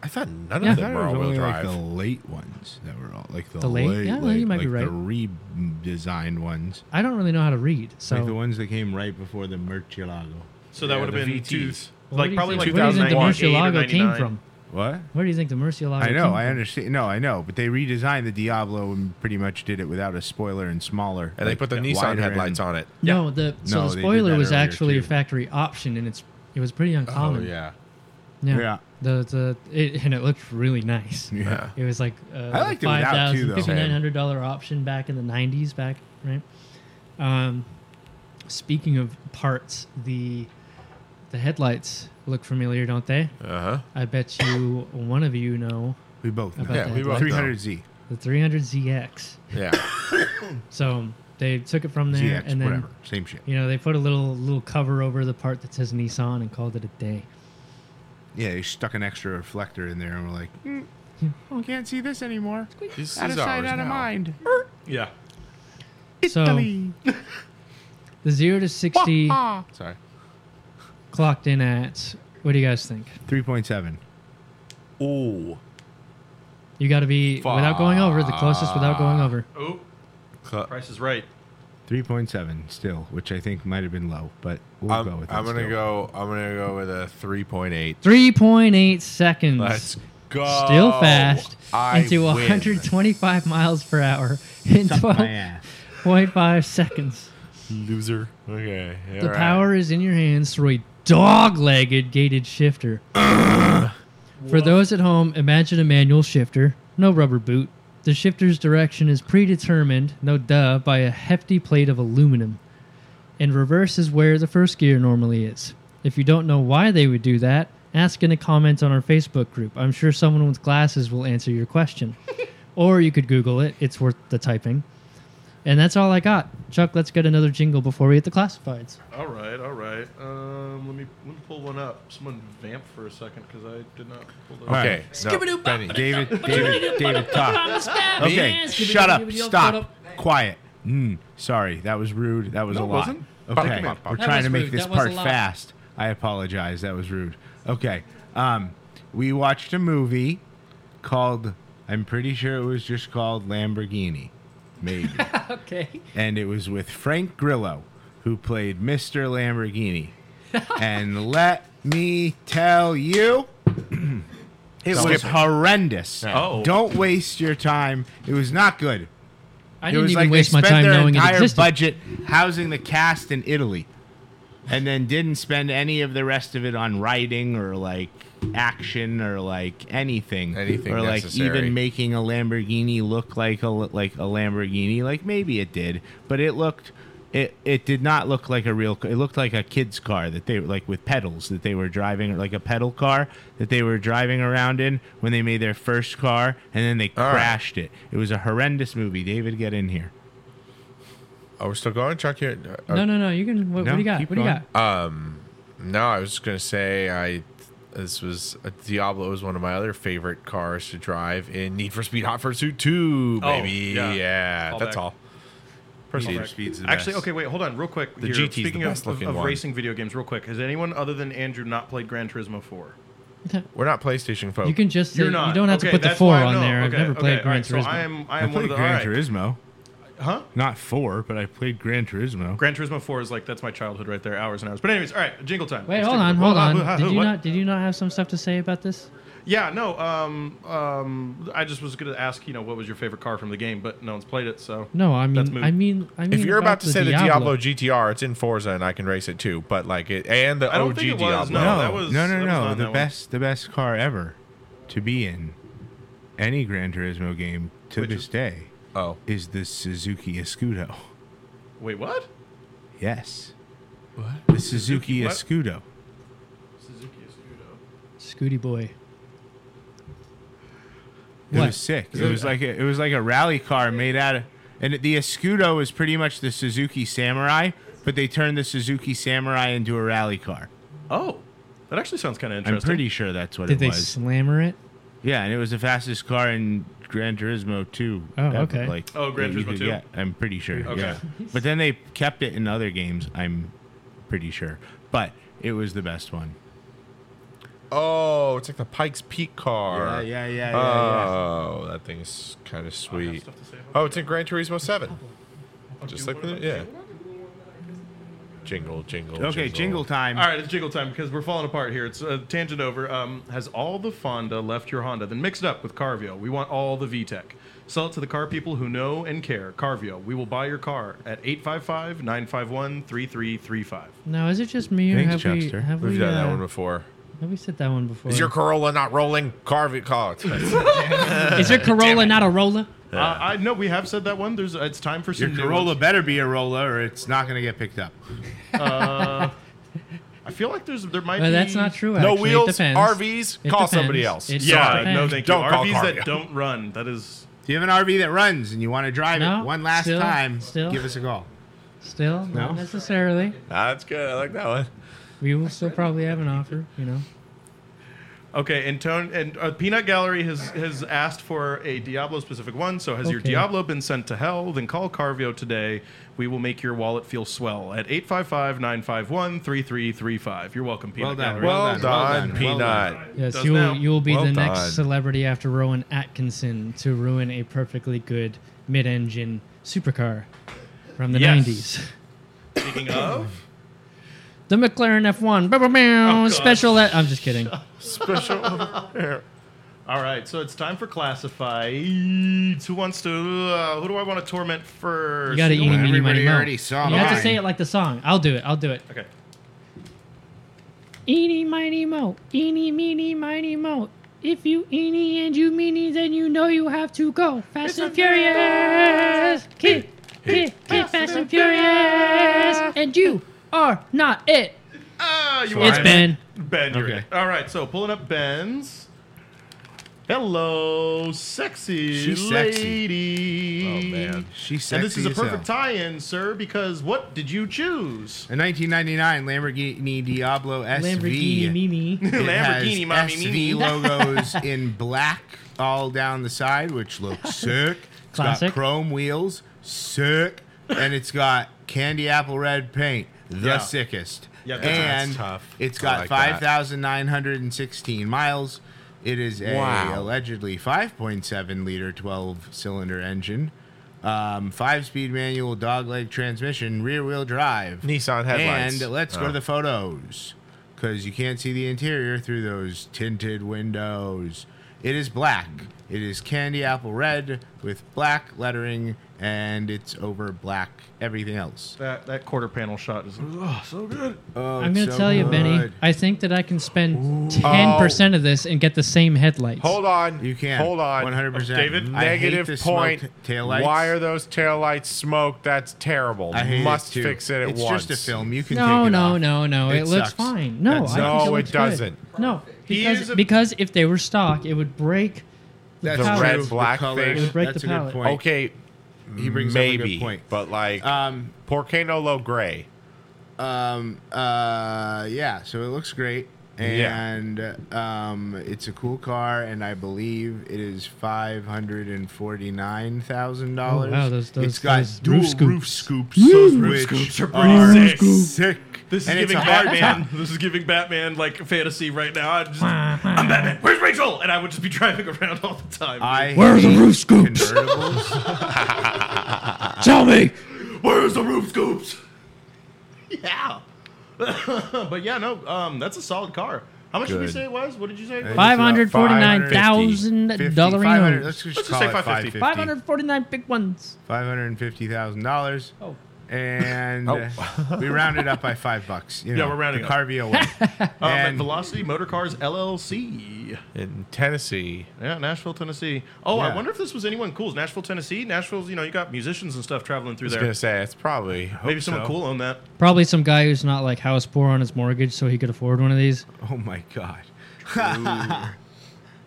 I thought none Yeah. of I thought them it were was all wheel only drive. Like the late ones that were all like the, The late- late, yeah, well, late- you might be like The redesigned ones, I don't really know how to read, so like the ones that came right before the Murcielago. So that Yeah, would have the been two, VTs. Where do like you probably think- like where do you think the 2008 or Murcielago came 99. from? What? Where do you think Oh, the Murcielago? I came know, from? I understand. No, I know, but they redesigned the Diablo and pretty much did it without a spoiler and smaller. and they like, put the Nissan wider headlights end. on it. No, the so No, the they did spoiler that was earlier, actually a too. factory option, and it's it was pretty uncommon. Oh yeah. yeah. Yeah. The the it, and it looked really nice. Yeah. It was like uh, I liked it five without, too, thousand though. fifty nine hundred dollar option back in the nineties, back right. Um, speaking of parts, the the headlights look familiar, don't they? Uh huh. I bet you one of you know We both know. About Yeah, that. we both know. 300Z. the 300ZX. Yeah. So they took it from there ZX, and then whatever. Same shit. you know they put a little little cover over the part that says Nissan and called it a day. Yeah, they stuck an extra reflector in there and we're like, mm, oh, can't see this anymore. This Out is of sight, ours out of now. mind. Oh. Yeah. So- Italy. The zero to sixty Ha. Sorry. clocked in at what do you guys think? 3.7. Ooh. You got to be without going over the closest without going over. Oh, Cl- Price is Right. 3.7 still, which I think might have been low, but we'll I'm, go with it. I'm gonna still. go. I'm gonna go with a 3.8. Three point eight seconds. Let's go. Still fast I into win. 125 miles per hour in Suck my ass. 12.5 seconds. Loser. Okay. The power is in your hands through a dog legged gated shifter. For those at home, imagine a manual shifter, no rubber boot. The shifter's direction is predetermined, no duh, by a hefty plate of aluminum. And reverse is where the first gear normally is. If you don't know why they would do that, ask in a comment on our Facebook group. I'm sure someone with glasses will answer your question. or you could Google it, it's worth the typing. And that's all I got. Chuck, let's get another jingle before we hit the classifieds. All right. All right. Um, let me let me pull one up. Someone vamp for a second because I did not pull those. All right. Okay. No, Benny. David, David, David, talk. Okay, shut up, stop, quiet. Mm, sorry, that was rude. That was No, a it lot. wasn't. Fuck, Okay, come on. we're That trying was to make rude. this That was part a lot. fast. I apologize. That was rude. Okay, um, we watched a movie called. I'm pretty sure it was just called Lamborghini, maybe, Okay. and it was with Frank Grillo, who played Mr. Lamborghini. and let me tell you, it Skip was it. horrendous. Oh. Don't waste your time. It was not good. I it didn't was even like waste they my spent time their knowing it entire existed. budget housing the cast in Italy, and then didn't spend any of the rest of it on writing or like action or like anything, Anything or like necessary. even making a Lamborghini look like a like a Lamborghini. Like maybe it did, but it looked. It, it did not look like a real. ca- It looked like a kid's car that they like with pedals that they were driving, like a pedal car that they were driving around in when they made their first car, and then they All right. crashed it. It was a horrendous movie. David, get in here. Oh, we're still going, Chuck. Here. Uh, No, no, no. You can. What, what No, do you got? keep What do you going. got? No, I was just gonna say I. This was a Diablo was one of my other favorite cars to drive in Need for Speed Hot Pursuit 2, Oh, baby. yeah. yeah, All that's back. all. All Proceed. right. Speed's the Actually, best. okay, wait, hold on, real quick. The here. GT 's the Speaking of- best of, looking of one. racing video games, real quick, has anyone other than Andrew not played Gran Turismo 4? We're not PlayStation folk. You can just say You're you not. don't have to Okay, put the that's four why I on know. there. Okay, I've never played okay, Gran alright, Turismo. So I am I I am one played of the Gran all right. Turismo. Huh? Not four, but I played Gran Turismo. Gran Turismo 4 is like that's my childhood right there, hours and hours. But anyways, all right, jingle time. Wait, Let's hold take a on, look. hold Well, on. uh, Did you what? not? Did you not have some stuff to say about this? Yeah, no. Um, um, I just was gonna ask, you know, what was your favorite car from the game, but no one's played it, so No, I That's mean, moot. I mean, I mean. if you're about to the say the Diablo, Diablo GTR, it's in Forza and I can race it too. But like it and the I don't OG think it Diablo. was, No, No, Oh, that was- no, no, that was no. not that the one. best, the best car ever to be in any Gran Turismo game to Which this is- day Oh, is the Suzuki Escudo. wait, what? Yes, what? the Suzuki Suzuki what? Escudo. Suzuki Escudo. Scooty boy. It What? was sick. It was like a, it was like a rally car made out of, and the Escudo is pretty much the Suzuki Samurai, but they turned the Suzuki Samurai into a rally car. Oh, that actually sounds kind of I'm interesting. pretty sure that's what Did it they was. slammer it? Yeah, and it was the fastest car in Gran Turismo 2. Oh, ever, okay. Like, Oh, Gran that you Turismo could 2? get, I'm pretty sure. Okay. Yeah. But then they kept it in other games, I'm pretty sure. But it was the best one. Oh, it's like the Pikes Peak car. yeah, yeah, Uh, Oh, that thing's kind of sweet. stuff to say about Oh, Oh, it's in Gran Turismo 7. Just like the, yeah. Jingle, jingle. Okay, jingle time. All right, it's jiggle time because we're falling apart here. It's uh, tangent over. Um, has all the Fonda left your Honda? Then mix it up with Carvio. We want all the VTEC. Sell it to the car people who know and care. Carvio, we will buy your car at 855 951 3335. No, is it just me or Thanks, have Chuckster. we have We've we, done that uh, one before. have we said that one before? Is your Corolla not rolling? Carve it, call it. Is your Corolla not a Rolla? Uh, I know we have said that one. There's It's time for Your some new Corolla ones. better be a Rolla or it's not going to get picked up. I feel like there's there might Well, be. that's not true. Actually. No it wheels, depends. RVs, It call depends. somebody else. It Yeah, depends. no, thank you. Don't call RVs that Carvio. don't run. That is. If you have an RV that runs and you want to drive No, it one last still- time, still. give us a call. Still, No? not necessarily. That's good. I like that one. We will still probably have an offer. You know. Okay, and Tone and uh, Peanut Gallery has has asked for a Diablo specific one. So has your Okay. Diablo been sent to hell? Then call Carvio today. We will make your wallet feel swell at 855-951-3335. You're welcome, Peanut Well done. Gallery. Well, Well done, done, well done, well Peanut. done. Yes, Does you now. will, you will be Well the done. next celebrity after Rowan Atkinson to ruin a perfectly good mid-engine supercar from the Yes. 90s. Speaking of, The McLaren F1 bow, bow, bow, Oh, God. special. e- I'm just kidding. Special. all right, so it's time for classifieds. Who wants to? Uh, who do I want to torment first? You got to eat meeny, miny, Everybody moe. already You saw have mine. to say it like the song. I'll do it. I'll do it. Okay. Eeny, miny, mo. Eeny, meeny, miny, mo. If you eeny and you meeny, then you know you have to go. Fast and furious. Kick, kick, kick, fast and furious. And you are not it. Ah, you It's are- Ben. Ben, you're Okay. it. All right, so pulling up Ben's. Hello, sexy She's sexy. lady. Oh, man. She sexy And this is a as perfect hell. tie-in, sir, because what did you choose? A 1999 Lamborghini Diablo SV. Lamborghini Mimi. It has Lamborghini, mommy, SV mimi. logos in black all down the side, which looks sick. It's Classic. got chrome wheels, sick, and it's got candy apple red paint, the Yeah. sickest. Yeah, that's- and that's tough. it's I got like that. five thousand nine hundred and sixteen miles. It is a Wow. allegedly five point seven liter twelve cylinder engine. Um, five speed manual dogleg transmission, rear wheel drive. Nissan headlights. And let's go Oh. to the photos because you can't see the interior through those tinted windows. It is black. It is candy apple red with black lettering, and it's over black everything else. That that quarter panel shot is oh, so good. Oh, I'm it's gonna so tell you, Benny. good. Oh. I think that I can spend ten percent of this and get the same headlights. Hold on. You can Hold on. 100%. David, I hate Negative the point. smoked Taillights. Why are those taillights smoked? That's terrible. I hate Must too. fix it at it's once. just a film. You can No, take it no, off. no, no. It, It looks sucks. fine. No, That's- I think No, it, it looks good. doesn't. No, He because, is a- because if they were stock, it would break. The That's palette. true. red, The black colors, thing. It would break That's the a palette. good point. Okay. He brings up a Maybe. good point. But like, Um, por qué no lo gray? Um. Uh. Yeah. So it looks great, Yeah. and um, it's a cool car, and I believe it is five hundred and forty nine thousand dollars. Oh, wow, those- those- it's got those dual roof scoops. roof scoops. Those Roof which scoops are pretty are sick. sick. This is And it's giving a hard Batman. top. This is giving Batman like fantasy right now. I just, I'm Batman. Where's Rachel? And I would just be driving around all the time. I Where are the hate roof scoops? convertibles. Tell me. Where's the roof scoops? yeah. but yeah, no. Um, that's a solid car. How much did we Good. say it was? What did you say? Five- Five hundred forty-nine thousand 50, dollars. 500 Let's just Let's just call say it 550. Five hundred forty-nine big ones. Five hundred and fifty thousand dollars. Oh. And Oh. uh, we rounded up by five bucks. You Yeah, know, we're rounding the up. Carvio one. Um, at and Velocity Motor Cars LLC. In Tennessee. Yeah, Nashville, Tennessee. Oh, I Yeah. wonder if this was anyone cool. Nashville, Tennessee. Nashville's, you know, you got musicians and stuff traveling I through was there. gonna say it's probably hope Maybe someone so. cool owned that. Probably some guy who's not like house poor on his mortgage, so he could afford one of these. oh my god.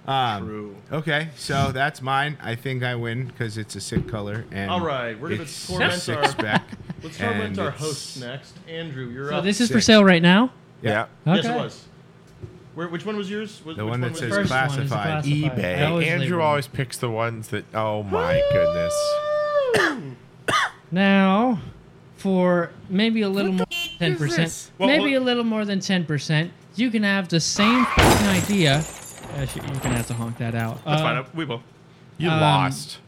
Um, True. Okay, so that's mine. I think I win because it's a sick color. And All right, we're gonna it's torment a our- six spec. Let's start and with our it's- host next. Andrew, you're So up. this is for sick. sale right now. Yeah. Okay. Yes, it was. Where, which one was yours? Wh- The which one that was says yours? First one is classified. classified. eBay. I always label Andrew them. always picks the ones that. Oh my goodness. Now, for maybe a little more than 10%, Well, maybe well- a little more than 10%, you can have the same fucking idea. Uh, sh- you're going to have to honk that out. That's Uh, fine. We will. You Um, lost.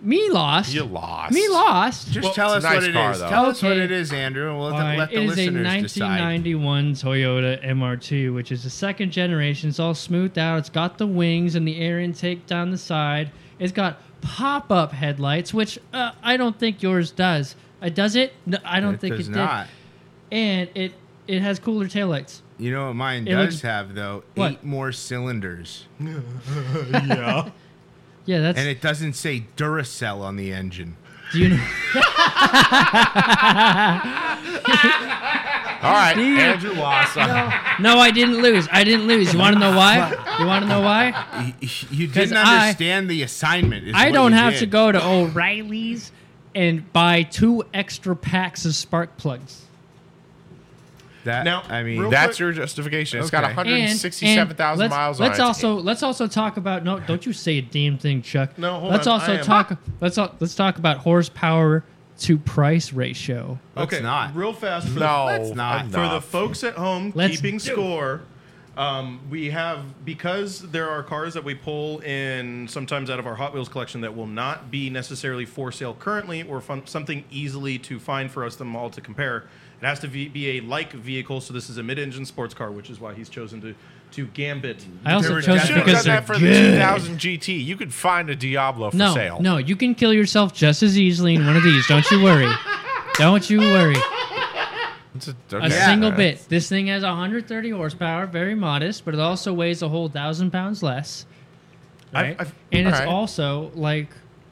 Me lost. You lost. Me lost. Just Well, tell us it's a what nice it car, is. though. Tell us what Okay. it is, Andrew, and we'll let All the, right, let the it is a listeners decide. 1991 Toyota MR2, which is the second generation. It's all smoothed out. It's got the wings and the air intake down the side. It's got pop-up headlights, which uh, I don't think yours does. It does it? No, I don't It think does it not. did. And it it has cooler taillights. You know what mine It does looks- have though? What? Eight more cylinders, Yeah, that's and it doesn't say Duracell on the engine. Do you know? All right, Andrew lost. No, I didn't lose. I didn't lose. You want to know why? You want to know why? Y- y- You 'Cause didn't I- understand the assignment. is I what don't you have did. to go to O'Reilly's and buy two extra packs of spark plugs. That, Now, I mean, real that, That's your justification. It's got Okay. And- and 167,000 let's- miles on Let's it. also let's also talk about no. Don't you say a damn thing, Chuck. No, hold let's on, I also am- talk. Let's al- let's talk about horsepower to price ratio. let's not. Real fast for, No, Let's not. the, for the enough. folks at home Let's keeping do it. score. Um, we have because there are cars that we pull in sometimes out of our Hot Wheels collection that will not be necessarily for sale currently or fun, something easily to find for us them all to compare. It has to be, be a like vehicle, so this is a mid-engine sports car, which is why he's chosen to to gambit. I also were chose You should have definitely- because done they're that for the good. 2000 GT. You could find a Diablo for no, sale. no, you can kill yourself just as easily in one of these. Don't you worry. Don't you worry. It's a, A okay. single Uh, bit. This thing has 130 horsepower, very modest, but it also weighs a whole thousand pounds less. Right? I've- and it's alright. also like,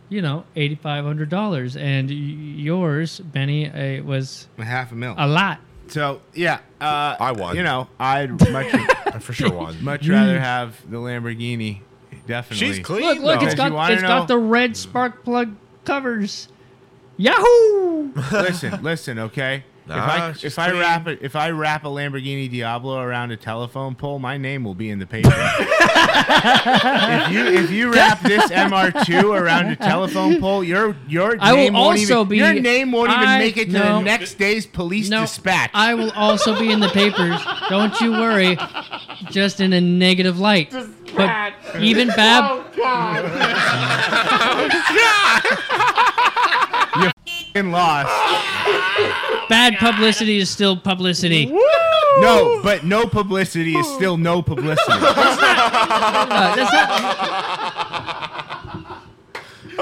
you know, $8,500. And y- yours, Benny, uh, was half a mil. a lot. so yeah, uh, I won. You know, I'd much. I for sure won. Much rather have the Lamborghini Definitely. She's clean. Look, look, though. it's Did you got wanna it's got know? the red spark plug covers. Yahoo! listen, listen, okay. Nah, if I she's if I clean. wrap it if I wrap a Lamborghini Diablo around a telephone pole, my name will be in the paper. if you if you wrap this MR2 around a telephone pole, your your I will name won't also even, be- your name won't even I- make it to no. the next day's police dispatch. I will also be in the papers. Don't you worry. Just in a negative light. But even Bab, Fucking lost. bad publicity is still publicity. No, but no publicity is still no publicity. Uh, that's not-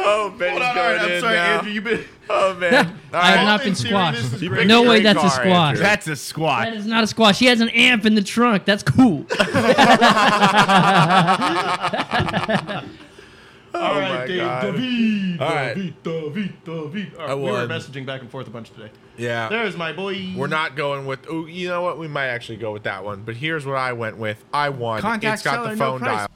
Oh, Benny's Hold on, all going right, I'm in sorry, now. Andrew. You've been Oh man, All I have right. not been Seriously, squashed. this is You great. picked No the way, great that's a car, squash. Andrew. That's a squat. That is not a squash. He has an amp in the trunk. That's cool. All Oh my right, Dave. God. David, All right. David, David, David. All I right, we were won. messaging back and forth a bunch today. Yeah. There's my boy. We're not going with. Oh, you know what? We might actually go with that one. But here's what I went with. I won. Contact it's got seller, the no phone price.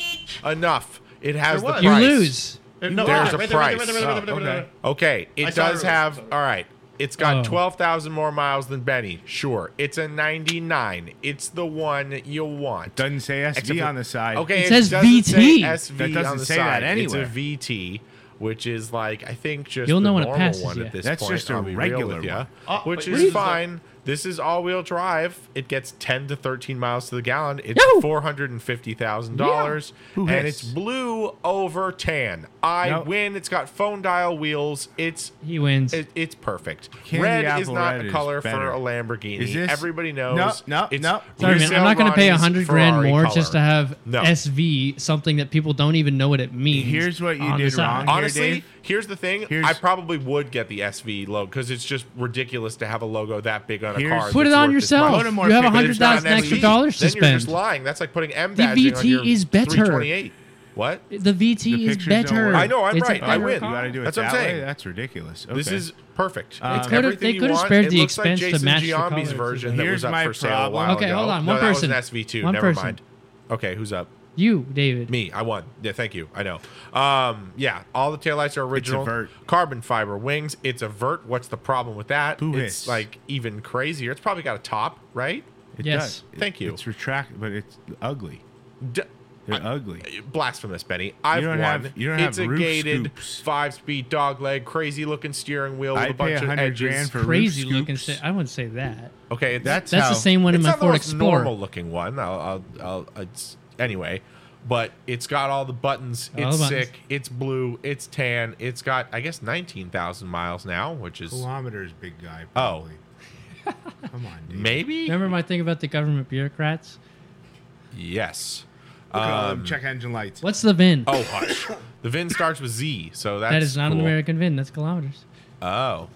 dial. Enough. It has There the was. you price. lose. Uh, no, There's right a there, right there, right price. there, right there, right there, right there, right Oh, okay. Okay, I it saw it does earlier, I have. saw it. All right, it's got Oh. twelve thousand more miles than Benny. Sure, it's a ninety-nine. It's the one that you want. Doesn't say Except SV for- on the side. Okay, It says doesn't VT. say SV That doesn't on the say that side. anywhere. It's a VT, which is like I think just You'll the know when it normal passes one you. at this That's point. just a I'll be real regular with ya, one. Oh, which wait, this is is a- fine. This is all-wheel drive. It gets 10 to 13 miles to the gallon. It's Yahoo! four hundred and fifty thousand dollars, Who and hits? it's blue over tan. I Nope. win. It's got phone dial wheels. It's He wins. it, it's perfect. Candy red is apple not red a is color for better. a Lamborghini. Is this- Everybody No, knows. no, It's no. Sorry, man. I'm Lucille not going to pay a Ronnie's hundred grand Ferrari more color. just to have No. SV, something that people don't even know what it means. Here's what you on the did side. wrong. Honestly, Dave. here's the thing. Here's- I probably would get the SV logo because it's just ridiculous to have a logo that big on a Here's- car. Put it that's on worth this much. yourself. Put 'em on You have a paper. But hundred it's not thousand an extra SV. dollars to then You're just spend. lying. That's like putting M The badging on VT your is better. 328. What? The VT The is pictures don't better. work. I know, I'm It's a right. I better win. car. You gotta do it That's what that I'm saying. way? That's ridiculous. This Okay. Uh, is perfect. it's They could've- everything they you could've want. spared it the looks expense to like Jason match the Giambi's colors. version that Here's was up my for sale a while problem. Okay, ago. hold on. No, One that was person. an SV2. One Never person. mind. Okay, who's up? You, David. Me, I won. Yeah, thank you. I know. Um, yeah, all the taillights are original. vert. Carbon fiber wings. It's a vert. What's the problem with that? Who it's hits? like even crazier. It's probably got a top, right? It Yes. does. It- Thank you. It's retract, but it's ugly. D- They're ugly. blasphemous, Benny. I've don't won. have- you don't have it's a roof gated scoops. five-speed dogleg, crazy-looking steering wheel with I a pay bunch a of hundred edges. grand for roof Crazy looking. scoops. St- I wouldn't say that. okay, it's- That's, That's how, the same one in it's my not the Ford most normal Explorer. looking one. I'll, I'll, I'll, it's, anyway, but it's got all the buttons. All it's the buttons. sick. It's blue. It's tan. It's got, I guess, nineteen thousand miles now, which is Kilometers, big guy. Oh. Probably. Come on, dude. maybe Remember my thing about the government bureaucrats? yes. Look at all them Um, check engine lights. What's the VIN? Oh hush. the VIN starts with Z, so that's that is not an cool. American VIN. That's kilometers. Oh,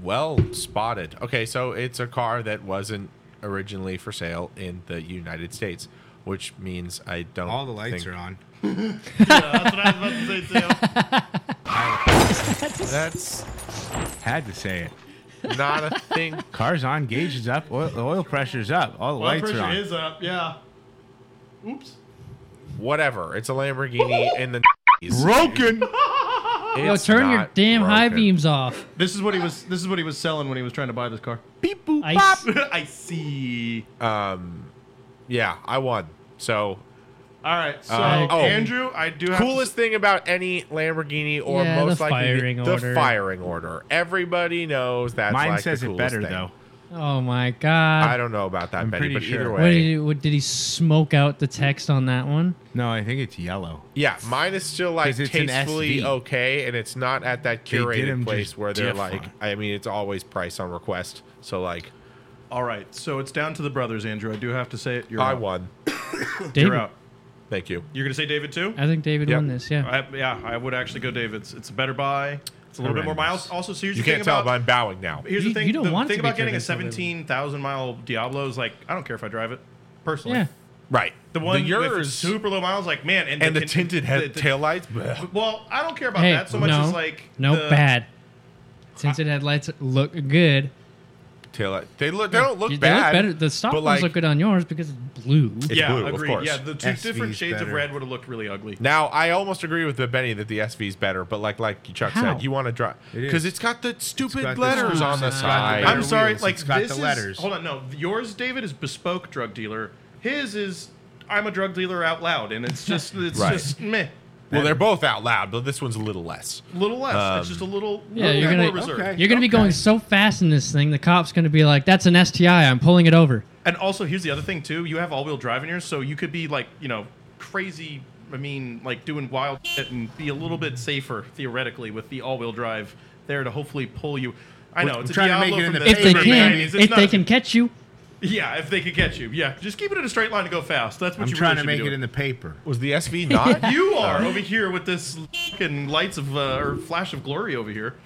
well spotted. Okay, so it's a car that wasn't originally for sale in the United States, which means I don't. All the lights think- are on. That's what I was about to say, too. That's Had to say it. not a thing. Car's on, gauge is up, oil, the oil pressure's up, all the Blood lights are pressure on. is up. Yeah. Oops. Whatever. It's a Lamborghini in the. Broken. Yo, It's turn your not damn high broken. beams off. This is what he was. This is what he was selling when he was trying to buy this car. Beep boop. Ice. I see. Yeah, I won. So All right. So Uh, oh. Andrew, I do have coolest thing about any Lamborghini or Yeah, the most likely firing the, order. firing order. Everybody knows that's Mine like says the it coolest better thing. though. Oh my I god. don't know about that, I'm Benny, pretty but either sure. What did, way, he, what did he smoke out the text on that one? No, I think it's yellow. yeah, mine is still like 'Cause it's an tastefully SV. okay, and it's not at that They did curated 'em place just where they're different. like. I mean, it's always price on request, so like to. All right. So it's down to the brothers, Andrew. I do have to say it. You're I out. won. David. You're out. Thank you. You're gonna say David too? I think David Yep. won this. Yeah. I, yeah, I would actually go David's. It's a better buy. It's a little bit more Horrendous. miles. Also, so here's You the can't thing tell, about but I'm bowing now. here's You- the thing. you don't the want thing to be about getting a driven so bad. 17,000 mile Diablo is like I don't care if I drive it personally. Yeah. Right. The one with yours super low miles, like man, and, and the tin- tinted head the- taillights. bleh. Well, I don't care about hey, that so much no, as like no the- bad. Tinted headlights look good. tail. They look. They don't look You- they bad. look better. The stock but, ones like, look good on yours because it's blue. It's yeah, blue, of agreed. course. Yeah, the two SV 's different shades of better. red would have looked really ugly. Now, I almost agree with Benny that the SV is better, but like like Chuck How? said, you want to drive It is. because it's got the stupid got the letters screws, on the it's got the side. letters. I'm Wheels, sorry, it's like got this the is- letters. hold on, no, yours, David, is bespoke drug dealer. His is I'm a drug dealer out loud, and it's just it's Right. just meh, well, they're both out loud, but this one's a little less. a little less. Um, it's just a little, Yeah, little you're gonna- more reserved. okay. You're going to be going so fast in this thing, the cop's going to be like, that's an STI. I'm pulling it over. And also, here's the other thing too: you have all-wheel drive in yours, so you could be like, you know, crazy. I mean, like doing wild shit and be a little bit safer theoretically with the all-wheel drive there to hopefully pull you. I know We're it's a trying to Diablo make it in from the the If they Paper, can, man. It's if not- they can catch you, yeah, if they could catch you, yeah, just keep it in a straight line to go fast. That's what I'm you trying really to make should be it doing. in the paper. Was the SV not? You are over here with this fucking lights of uh, or flash of glory over here.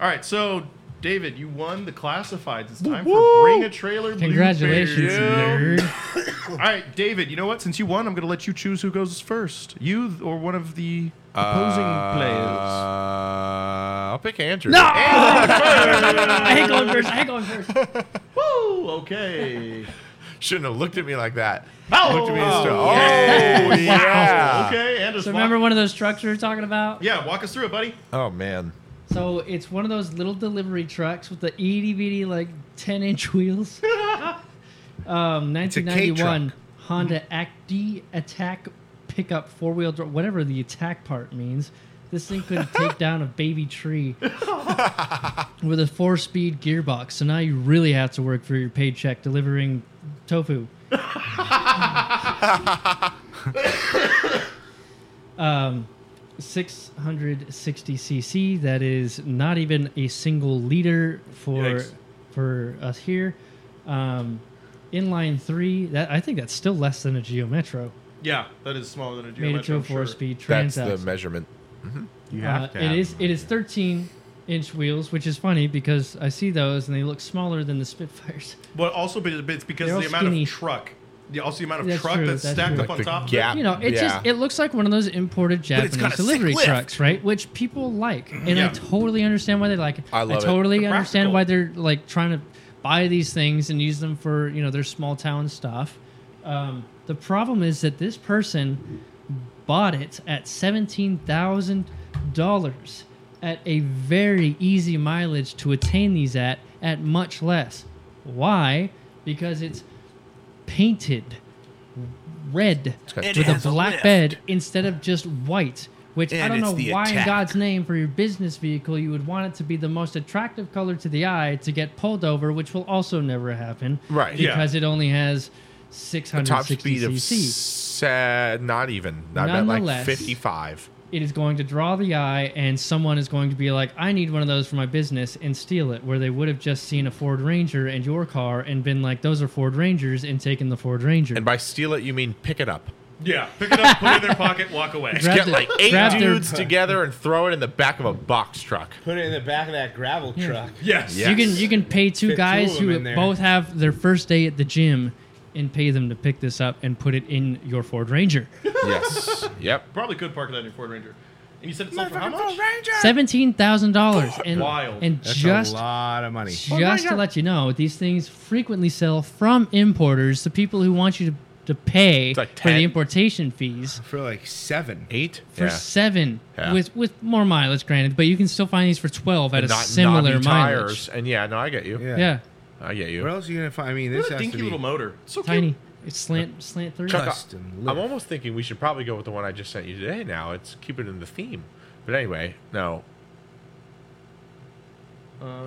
All right, so David, you won the classifieds. It's time for bring a trailer. Blue congratulations, Bear. nerd. All right, David. You know what? Since you won, I'm going to let you choose who goes first. You th- or one of the opposing players. Uh, I'll pick Andrew. No! I hate going first. I hate going first. Woo! Okay. Shouldn't have looked at me like that. Oh, Looked at me and still- yeah. Oh, yeah. okay. And So remember one of those trucks we were talking about? Yeah, walk us through it, buddy. Oh man. So it's one of those little delivery trucks with the E itty bitty like ten inch wheels. um, a K 1991 truck. Mm-hmm. Honda Acti Attack pickup four wheel drive, whatever the attack part means. This thing could take down a baby tree with a four speed gearbox. So now you really have to work for your paycheck delivering tofu. um, 660 cc. That is not even a single liter for Yikes. for us here. Um, inline three. That I think that's still less than a Geo Metro. Yeah, that is smaller than a Made it to geometry. a four-speed That's transax. the measurement. You Uh, have to. it is it is 13 inch wheels, which is funny because I see those and they look smaller than the Spitfires. But also, but it's because They're all of the amount skinny. of truck. The, also, the amount of That's truck true, that's, that's stacked true. up on the top. of it. gap. You know, it Um, yeah. just it looks like one of those imported it's got Japanese a sick delivery lift. trucks, right? Which people like, and I Yeah. totally understand why they like it. I love it. totally They're understand practical. why they're like trying to buy these things and use them for you know their small town stuff. Um, the problem is that this person bought it at seventeen thousand dollars at a very easy mileage to attain these at at much less. Why? Because it's painted red got- It with a black bed instead of just white. Which I And don't it's know the why in attack. God's name for your business vehicle you would want it to be the most attractive color to the eye to get pulled over, which will also never happen. Right. Yeah. Because it only has Top 660 speed of cc. s- uh, not even. I bet like Nonetheless- 55. it is going to draw the eye and someone is going to be like i need one of those for my business and steal it where they would have just seen a ford ranger and your car and been like those are ford rangers and taken the ford ranger And by steal it, you mean pick it up. Yeah, pick it up, put it in their pocket, walk away. Grab Get the- like eight grab their- dudes together and throw it in the back of a box truck. Put it in the back of that gravel truck. Yes. Yeah. you can you can pay two Fit two guys of them who in there. both have their first day at the gym and pay them to pick this up and put it in your ford ranger yes. Yep. Probably could park that in your Ford Ranger. And you said it sold for how much? $17000 and, Wild. and That's just a lot Oh of money. just to let you know, these things frequently sell from importers to people who want you to, to pay like for 10. the importation fees For like seven. Eight. for seven Yeah. with with more mileage, granted, but you can still find these for twelve at a Not similar knobby mileage. tires. And yeah, no, I get you. Yeah. Yeah, I get Where you. else are you gonna find? I mean, this What a has to dinky be little motor. It's so tiny. cute. It's slant slant through. Chuck, custom. I- I'm almost thinking we should probably go with the one I just sent you today. Now it's keep it in the theme. But anyway, no.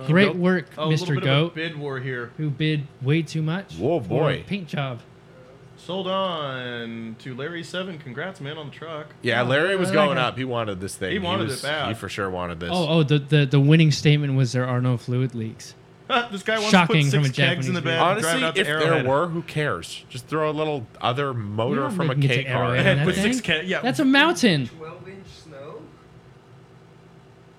Great work, Oh, a little Mr. bit of Goat, a bid war here. who bid way too much. Whoa, for a boy. paint job. Sold on to Larry Seven. Congrats, man, on the truck. Yeah, Larry was I like going it. up. He wanted this thing. He wanted was- it bad. He for sure wanted this. Oh, oh, the, the the winning statement was there are no fluid leaks. this guy wants Shocking to from put a six kegs in Japanese the bed. and Honestly, drive it out to if there Arrowhead. were, who cares? Just throw a little other We motor don't from a make it to K car. Arrowhead in that Put six thing. ca- yeah. That's a mountain. 12 inch snow?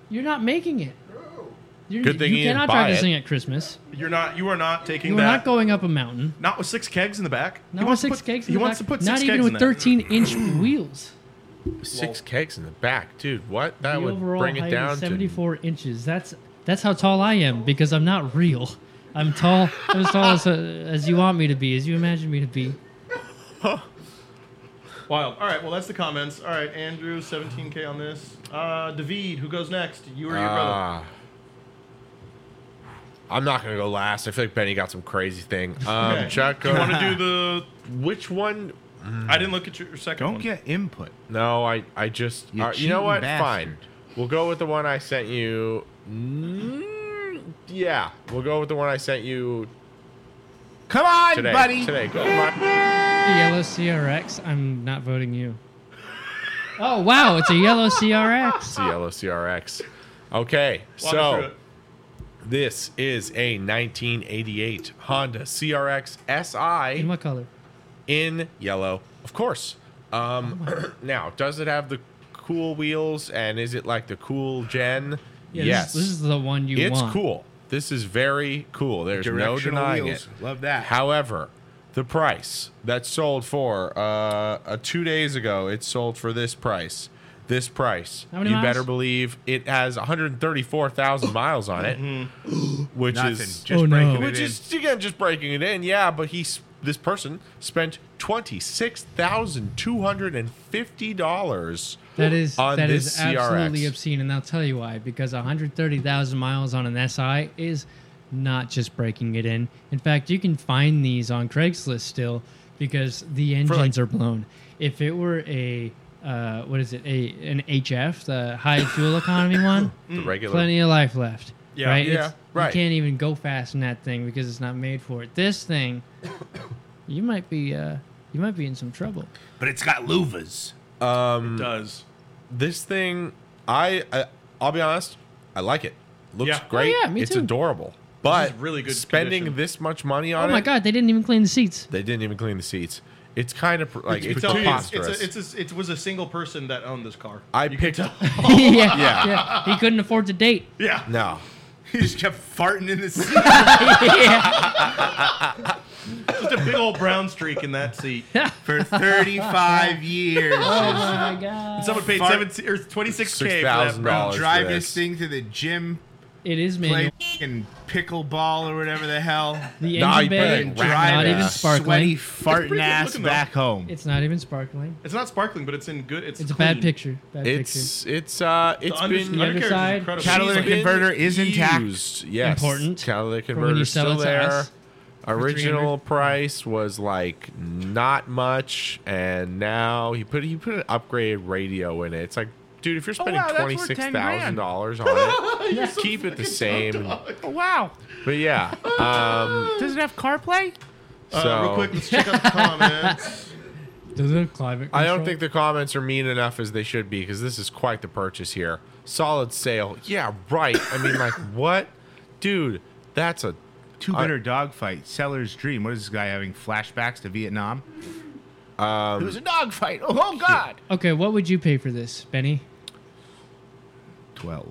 You're not making it. No. You're, Good thing you he didn't cannot buy drive this it. thing at Christmas. you're not, you are not taking You are that. not going up a mountain. Not with six kegs in the back. He Not with wants to six put- kegs. in He the back. wants to put six Not even kegs with in there. 13 inch wheels. Six cakes in the back, dude. What? That The would overall bring height it down is to 74 inches. That's that's how tall I am because I'm not real. I'm tall. I'm as tall as, uh, as you want me to be, as you imagine me to be. Wild. All right. Well, that's the comments. All right, Andrew, 17k on this. Uh, David, who goes next? You or your brother? Ah. I'm not gonna go last. I feel like Benny got some crazy thing. Um, Okay. Chuck, You want go- to do the? which one? I didn't look at your 2nd Don't one. get input. No, I, I just. You You, you know cheating what? bastard. Fine. We'll go with the one I sent you. Mm, yeah, we'll go with the one I sent you Come on, today. buddy. Today, go. Mar- The yellow CRX. I'm not voting you. Oh wow, it's a yellow CRX. CLOCRX. Okay, Walk us through so it. this is a 1988 Honda CRX SI. In what color? in yellow, of course. Um, Oh, now, does it have the cool wheels and is it like the cool gen? Yeah, this yes, is- This, is the one you it's want. cool. This is very cool. There's no Directional denying wheels. it. Love that. However, the price that sold for uh, uh, two days ago, it sold for this price. This price, How many you miles? better believe it has 134,000 miles on it, Mm-hmm. which Nothing. is Just Oh, no. breaking it which in. is again just breaking it in, yeah. But he's this person spent twenty six thousand two hundred and fifty dollars. That is On that this is absolutely CRX. obscene, and I'll tell you why. Because 130,000 miles on an SI is not just breaking it in. In fact, you can find these on Craigslist still because the like- engines are blown. If it were a uh, what is it? A an HF, the high fuel economy one. The regular Plenty of life left. Yeah. right? Yeah, It's- You right. can't even go fast in that thing because it's not made for it. This thing, you might be uh, you might be in some trouble. But it's got louvas. Mm. Does. this thing, I, I I'll be honest, I like it. Looks Yeah. Oh, great. yeah, me it's too. adorable. But really good spending condition. this much money Oh on my it, god, they didn't even clean the seats. they didn't even clean the seats. It's kind of like it's, Tell me, it's, preposterous. it's, a, it's a, it was a single person that owned this car. I picked up. yeah, Yeah. yeah. He couldn't afford to date. Yeah. No, He just kept farting in the seat. Just a big old brown streak in that seat. for 35 years. Oh my god. Someone paid Fart- 17 or 26k for that $6,000. brown. for Drive this. this thing to the gym, It is play manual. and pickleball or whatever the hell. The Nah, engine you put bay is it right not there. even sparkling. sweaty farting good ass looking, though. back home. It's not even sparkling. It's not sparkling, but it's in good. It's, It's a bad clean. picture. Bad picture. it's it's uh The it's under- been under- undercarriage is underside, incredible. catalytic been converter is intact. used, Yes. Important Catalytic for when converter you is sell still it to there. us Original price was like not much, and now he put he put an upgraded radio in it. It's like, dude, if you're spending Oh, wow, that's twenty worth six 10 thousand grand. dollars on it, keep it the same. Oh, wow. But yeah, um, Does it have CarPlay? Uh, so Real quick, let's check out the comments. Does it have climate I don't control? think the comments are mean enough as they should be because this is quite the purchase here. Solid sale, yeah, right. I mean, like, what, dude? That's a Two I- bitter dogfight, seller's dream. What is this guy having flashbacks to Vietnam? Um, it was a dogfight. Oh, oh God. Okay, what would you pay for this, Benny? 12.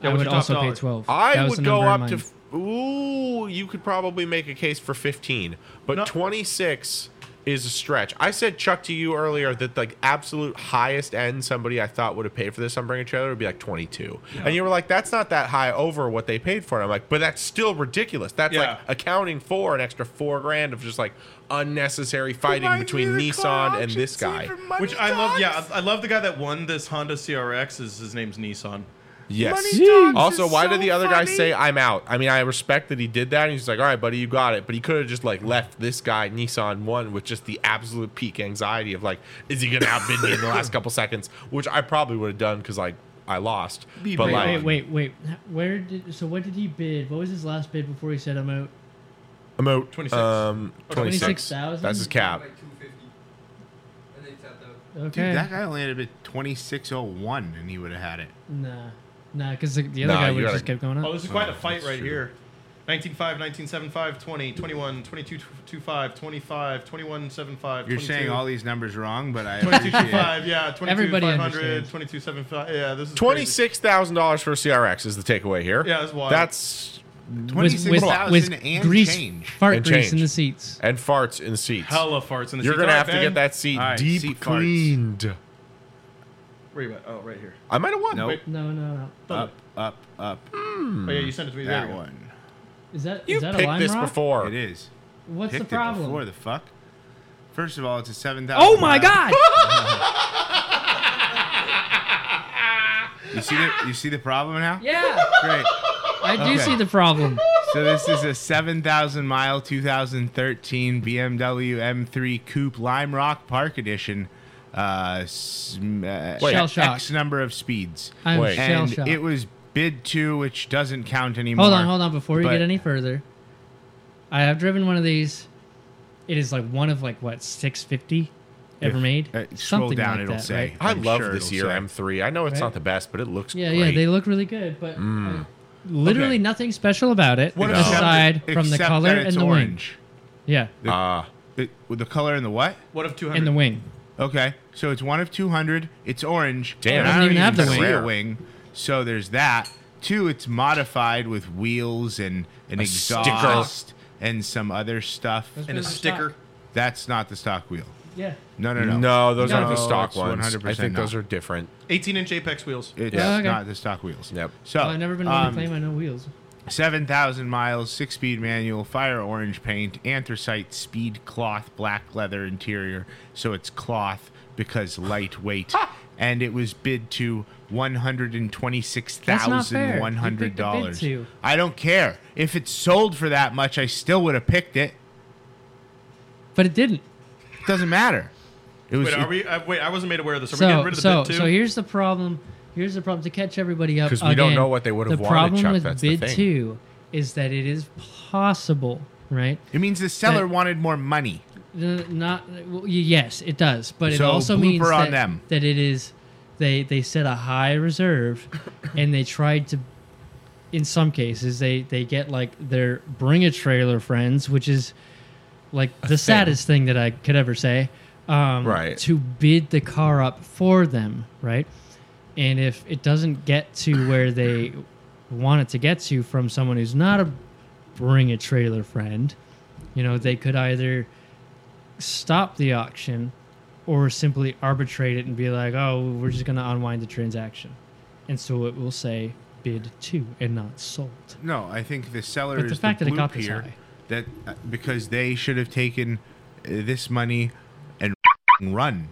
I what's your would top also dollar? pay twelve. That I was the would go number in up mine. to. f- Ooh, you could probably make a case for 15, but No. 26 is a stretch. I said Chuck to you earlier that the absolute highest end somebody I thought would have paid for this on Bring a Trailer would be like 22, and you were like, "That's not that high over what they paid for." it." I'm like, "But that's still ridiculous. That's Yeah. like accounting for an extra four grand of just like unnecessary fighting Reminds between me of the car Nissan and auction this scene guy." from Money Which I love. Yeah, Talks. I I love the guy that won this Honda CRX. Is his name's Nissan? Yes. Money Talks Also, is why so did the other guy funny. say I'm out? I mean, I respect that he did that. And he's like, all right, buddy, you got it. But he could have just like left this guy Nissan one with just the absolute peak anxiety of like, is he gonna outbid me in the last couple seconds? Which I probably would have done because like I lost. Be but brave. like, Wait, wait, wait. Where did so what did he bid? What was his last bid before he said I'm out? I'm out. 26. Um, Oh, twenty six. 26,000? That's his cap. Like 250. And they tapped out. Okay. Dude, that guy only landed at 2601 and he would have had it. Nah. Nah, because the, the other Nah, guy you would have just gotta- kept going Oh, up. this is quite a Oh, fight that's right true. here. 19.5, 19.75, 20, 21, 22, 25, 25, 21, 75, You're 22, saying all these numbers wrong, but I 22, appreciate it. 25, yeah, 22, Everybody 500, understands. 22, 75, yeah, this is Twenty crazy. six thousand dollars for a CRX is the takeaway here. Yeah, that's wild. That's With, 26,000 with, with and grease, change. fart And grease in change. the seats. and farts in seats. hella farts in the You're seats. gonna All have to Ben, get that seat All right, deep seat farts. cleaned. Where you at? Oh, right here. I might have won. Nope. No, no, no. Thumb Up, up, up. it. Oh, yeah, you sent it to me. There That we go. one. Is that is You that a picked lime this rock? before. It is. What's the Picked It before problem? the fuck. First of all, it's a seven thousand. oh my god! You see the you see the problem now? yeah, Great. I do Okay. see the problem. So this is a 7,000 mile 2013 BMW M3 Coupe Lime Rock Park Edition. Uh, s- uh, Wait. Shell shock. X number of speeds. I'm Wait. shell and shocked. it was bid two, which doesn't count anymore. Hold on, hold on. Before you But- get any further, I have driven one of these. It is like one of like what six fifty ever If- made. uh, scroll down, it'll say. right? I I'm love sure this it'll year say. M3. I know it's Right? not the best, but it looks Yeah, great. yeah, they look really good, but uh, literally Mm. Okay. nothing special about it What about- aside from the Except color that and it's the orange. wing. Yeah, Ah, It- with the color and the what? What if 200? and the wing. Okay, so it's one of 200. It's orange. Damn. and I Doesn't don't even have the see wing. a wing. So there's that. Two, it's modified with wheels and an A sticker. exhaust and some other stuff. Those and were a the sticker. stock. That's not the stock wheel. Yeah. No, no, no. no. those aren't the No, stock it's ones. I 100% think those not. are different. 18 inch apex wheels. It's Yeah. Okay. not the stock wheels. Yep. So Well, I've never been one um, to claim I know wheels. 7,000 miles, six speed manual, fire orange paint, anthracite speed cloth, black leather interior. So it's cloth because lightweight. and it was bid to That's not fair. You picked the bid $126,100. to. I don't care. If it sold for that much, I still would have picked it. But it didn't. It doesn't matter. It was Wait, it- are we? Uh, wait, I wasn't made aware of this. Are we getting so rid of the so bid too? so here's the problem. Here's the problem to catch everybody up 'Cause we don't again, know what they would've The wanted, problem Chuck, with that's the bid thing. two is that it is possible, right? it means the seller that- wanted more money. N- Not well, y- yes, it does, but it So, also means blooper that, on them. that it is they they set a high reserve, and they tried to. In some cases, they they get like their bring a trailer friends, which is like the saddest thing that I could ever say. Um, Right. To bid the car up for them, right? And if it doesn't get to where they want it to get to from someone who's not a bring a trailer friend, you know, they could either stop the auction or simply arbitrate it and be like, oh, we're just going to unwind the transaction. And so it will say bid two and not sold. No, I think the seller But the is fact the that it got bloop this here. high. That uh, because they should have taken uh, this money and run, run,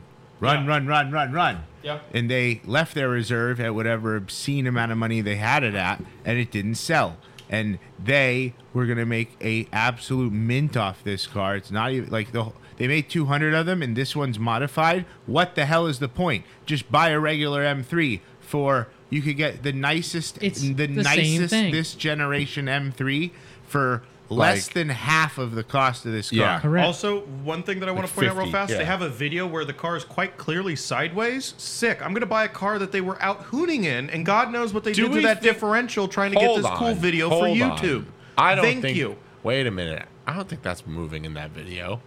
Yeah. run, run, run, run. Yeah. And they left their reserve at whatever obscene amount of money they had it at, and it didn't sell. And they were gonna make a absolute mint off this car. It's not even like the wh- they made 200 of them, and this one's modified. What the hell is the point? Just buy a regular M3 for you could get the nicest, It's the, the same nicest thing. this generation M3 for less Like- than half of the cost of this car. Yeah. Correct. Also, one thing that I want Like to point out 50, real fast, yeah. they have a video where the car is quite clearly sideways. Sick. I'm going to buy a car that they were out hooning in, and God knows what they Do did we to that think- differential trying to get Hold this cool on, video for hold on. YouTube. I don't Thank think, you. Wait a minute. I don't think that's moving in that video.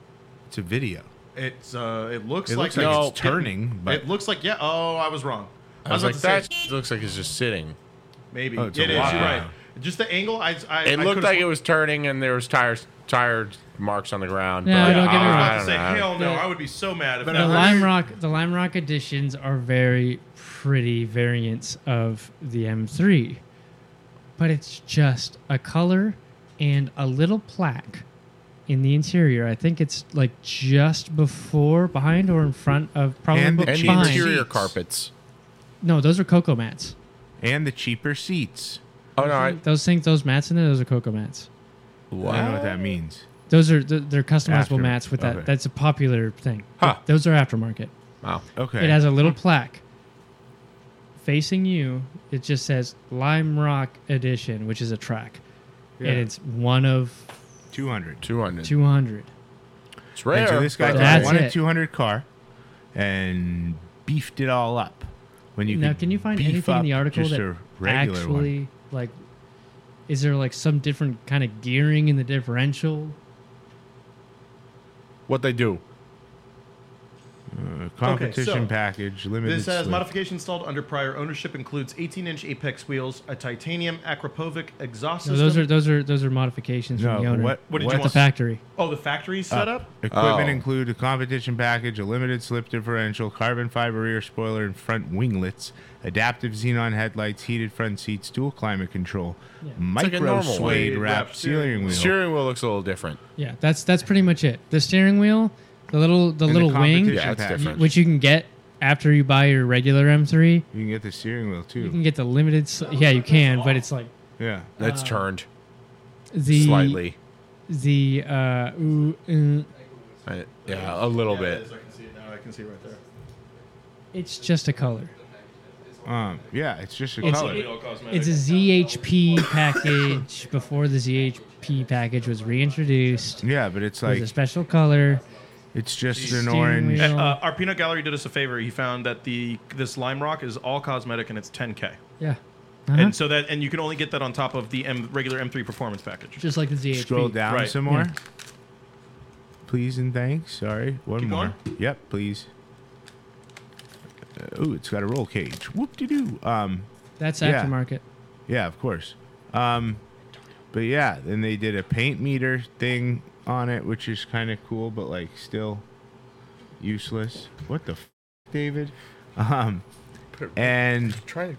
It's a video. It's uh, it looks It like, looks like no, it's turning, but it looks like yeah. Oh, I was wrong. I was about like, to say, that sh- looks like it's just sitting. maybe Oh, it it's is. a You're lot. right. Just the angle. I, I It I looked could've like sw- it was turning, and there was tires, tire marks on the ground. Yeah, but don't get me I- wrong. I I was about to say, don't know. hell no! The- I would be so mad if But that. the Now, lime here- rock the lime rock editions are very pretty variants of the m3 but it's just a color and a little plaque in the interior i think it's like just before behind or in front of probably And the And the behind. interior Seats. carpets. no those are cocoa mats and the cheaper seats. Oh no! I, those things those mats in there those are cocoa mats I don't know what? what that means. those are th- they're customizable After- mats with that okay. that's a popular thing Huh. those are aftermarket Wow. Okay. It has a little plaque facing you. It just says Lime Rock Edition, which is a track, Yeah. and it's one of 200. Two hundred. 200. It's And rare. so this guy but- That's got one it. at 200 car and beefed it all up. When you now, could can you find beef anything in the up article just that a regular one. actually like? Is there like some different kind of gearing in the differential? what they do? Uh, competition so package limited. This has slip. modification installed under prior ownership includes 18-inch apex wheels, a titanium Acropovic exhaust No, system. those are those are those are modifications No, from the owner. what- What did at you the want? factory? oh the factory Uh, setup. Equipment Oh. include a competition package, a limited slip differential, carbon fiber rear spoiler and front winglets, adaptive xenon headlights, heated front seats, dual climate control, like a micro normal suede suede wrap wrap steering wheel, Steering wheel looks a little different. Yeah, that's that's pretty much it. The steering wheel, the little the and little a wing, competition Yeah, it's package. different. which you can get after you buy your regular M3. You can get the steering wheel too. You can get the limited. s yeah, you can, but it's like yeah. That's turned Uh, the slightly. the uh, ooh, mm, I- yeah, a little Yeah, bit. it is. I can see it now. I can see it right there. it's just a color. Um, yeah, it's just a It's- color. it- All cosmetic. It's a ZHP package before the ZHP package was reintroduced. yeah, but it's It was a like special color. it's just an Steering orange. wheel. Uh, our peanut gallery did us a favor. He found that the this lime rock is all cosmetic and it's 10k, Yeah. Uh-huh. and so that and you can only get that on top of the M, regular M3 performance package. Just like the ZHP. Scroll down Right. some more. Please and thanks. Sorry, one Keep more. Yep, please. Uh, ooh, it's got a roll cage. Whoop de doo. Um, That's Yeah. Mm-hmm. aftermarket. Yeah, of course. Um, but yeah, then they did a paint meter thing on it, which is kind of cool, but like still useless. What the, f- David? Um, and Um, Try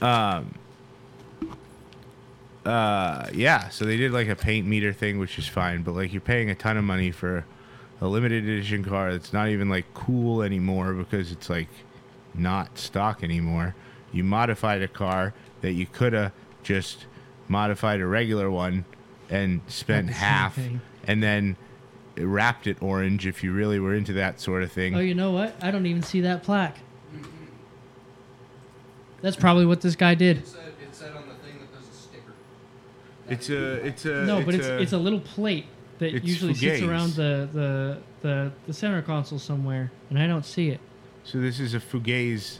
to uh, yeah, so they did like a paint meter thing, which is fine, but like you're paying a ton of money for a limited edition car that's not even like cool anymore because it's like not stock anymore. You modified a car that you could have just modified a regular one and spent the same half thing. and then wrapped it orange if you really were into that sort of thing. Oh, you know what? I don't even see that plaque. That's probably what this guy did. It said, it said on the thing that there's a sticker. It's a it's a No, but it's it's a little plate that it's usually sits Fugazi. around the, the the the center console somewhere, and I don't see it. so this is a Fugaze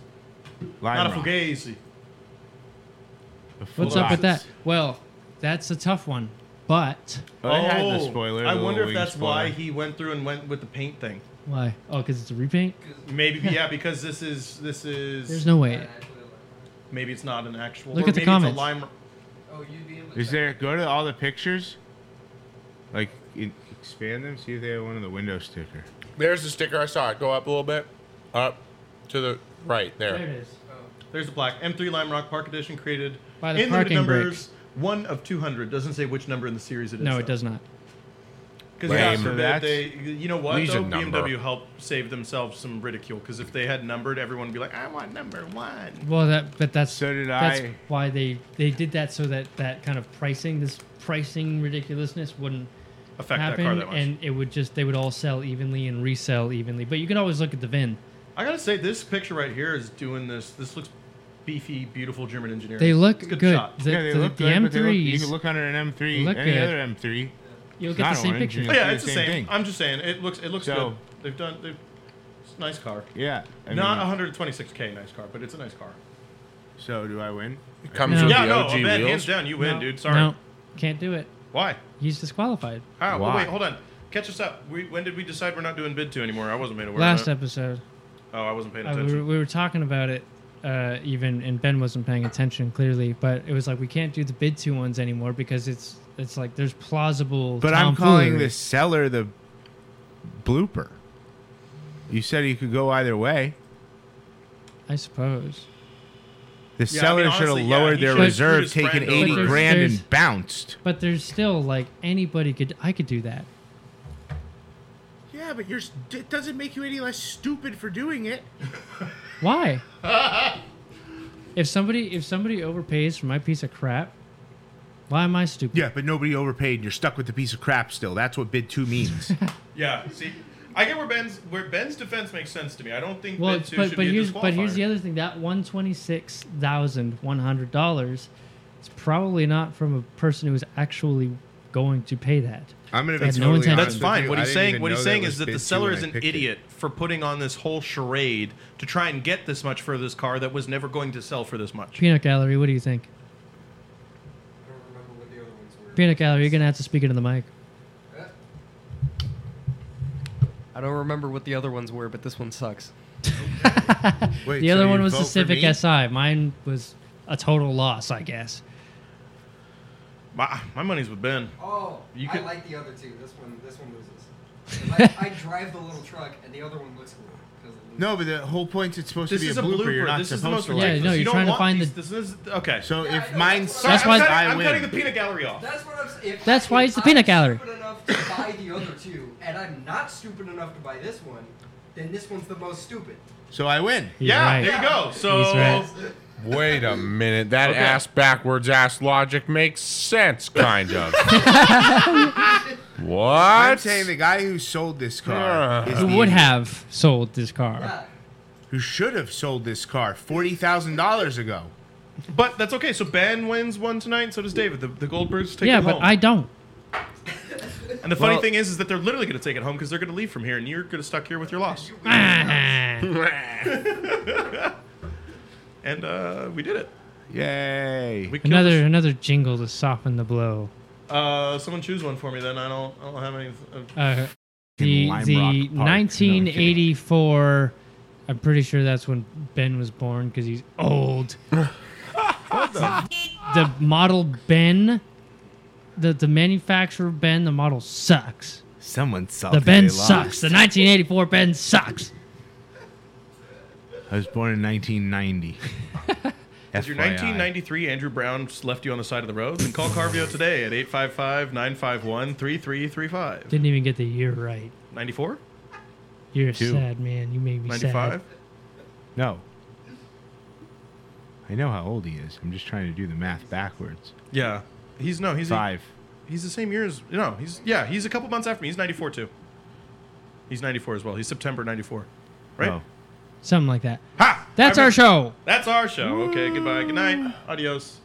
line Not a rock. fugazi. What's up with that? Well, that's a tough one, but Oh, it had the spoiler. I the wonder if wing that's spoiler. why he went through and went with the paint thing. why? Oh, because it's a repaint. Maybe yeah, because this is this is There's no way. maybe it's not an actual. Look or at the maybe comments. It's a lime, Oh, you'd be able to Is check. there? Go to all the pictures. Like in, expand them. See if they have one of the window sticker. There's the sticker I saw. it. Go up a little bit. Up to the right there. There it is. There's the plaque. M3 Lime Rock Park Edition created By the in parking limited numbers. One of 200 doesn't say which number in the series it is. No, it does not. Because God Lame. So forbid that's- they, you know what Lee's a though, number. BMW helped save themselves some ridicule. Because if they had numbered, everyone would be like, I want number one. Well, that but that's So did that's I. why they they did that so that that kind of pricing this pricing ridiculousness wouldn't Affect happen that car that much. and it would just they would all sell evenly and resell evenly. But you can always look at the VIN. I gotta say, this picture right here is doing this. This looks beefy, beautiful German engineering. They look It's a good. good shot. The, yeah, they the- look the good, but they look- you M3s, can look under an M3, look any good. other M3. you will get It's the not same orange, picture. and Oh, it's yeah, the it's the same same. thing. I'm just saying, it looks it looks So- good. They've done. They've, it's a nice car. Yeah. I Not mean, 126k nice car, but it's a nice car. so do I win? It comes No. with the Yeah, no, OG man, hands wheels. down, you win, No, dude. Sorry. No, can't do it. Why? He's disqualified. How? Why? Oh, wait, hold on. Catch us up. We, when did we decide we're not doing bid two anymore? I wasn't made aware. Last of that. episode, Oh, I wasn't paying uh, we, attention. were, we were talking about it, uh, even and Ben wasn't paying attention clearly, but it was like we can't do the bid two ones anymore because it's it's like there's plausible. But I'm calling tomfoolery. the seller the blooper. You said he could go either way. I suppose. The mean, seller should have honestly, yeah, lowered he their should've reserve, screwed his taken friend 80 over. grand There's- and bounced. But there's still like anybody could I could do that. Yeah, but you're, it doesn't make you any less stupid for doing it. Why? if somebody if somebody overpays for my piece of crap, why am I stupid? Yeah, but nobody overpaid and you're stuck with the piece of crap still. That's what bid two means. Yeah. See, I get where Ben's where Ben's defense makes sense to me. I don't think Well, bid it's, two but should but be here's a but here's the disqualifier. other thing. That one twenty six thousand one hundred dollars, it's probably not from a person who's actually going to pay that. I'm gonna I be had no totally intention. honest That's with fine. you. What I he's didn't saying, even what know he's saying was is that bid the two seller when is I an picked it. idiot for putting on this whole charade to try and get this much for this car that was never going to sell for this much. Peanut gallery, what do you think? I don't remember what the other ones were. Peanut gallery, you're gonna have to speak into the mic. I don't remember what the other ones were, but this one sucks. Wait, The so other you one was the vote for Civic me? Si. Mine was a total loss, I guess. My, my money's with Ben. Oh, You I could- like the other two. This one, this one loses. 'Cause I, I drive the little truck, and the other one looks cool. 'cause it looks- No, but the whole point it's supposed This to be is a blooper. You're not This is the supposed most to Yeah, like. ridiculous. no, you're you don't trying to want find these, the- This is okay. So Yeah, I if know, mine that's why- That's sucks, I'm why- cutting, I I'm win. cutting the peanut gallery off. That's what I'm saying. If That's I- why it's if the peanut gallery. I'm stupid enough to buy the other two, and I'm not stupid enough to buy this one, then this one's the most stupid. so I win. He's yeah, right. there you go. So He's right. Wait a minute. That ass backwards ass logic makes sense, kind of. what? I'm saying the guy who sold this car Uh. is Who the would idiot have sold this car? Yeah. who should have sold this car forty thousand dollars ago. but that's okay. So Ben wins one tonight, and so does David. The, the Goldbergs take Yeah, it but home. I don't. and the funny Well- thing is, is that they're literally going to take it home because they're going to leave from here, and you're going to stuck here with your loss. And uh, we did it. Yay! We killed another this- another jingle to soften the blow. Uh, someone choose one for me. Then I don't. I don't have any. Uh, Uh, In the Lime the Rock Park. No, I'm kidding. 1984. I'm pretty sure that's when Ben was born because he's old. the model Ben, the the manufacturer Ben, the model sucks. Someone sold The Ben sucks. The 1984 Ben sucks. I was born in is 1990. your 1993 Andrew Brown just left you on the side of the road? Then call Carvio today at 855-951-3335. Didn't even get the year right. 94? You're a Two. sad man. You made me 95? sad. No. I know how old he is. I'm just trying to do the math backwards. Yeah. He's no, he's a, Five. he's the same year as no, he's yeah, he's a couple months after me. He's 94 too. He's 94 as well. He's September 94. Right? Oh. Something like that. Ha! That's I our remember- show. That's our show. Okay, goodbye. Good night. Adios.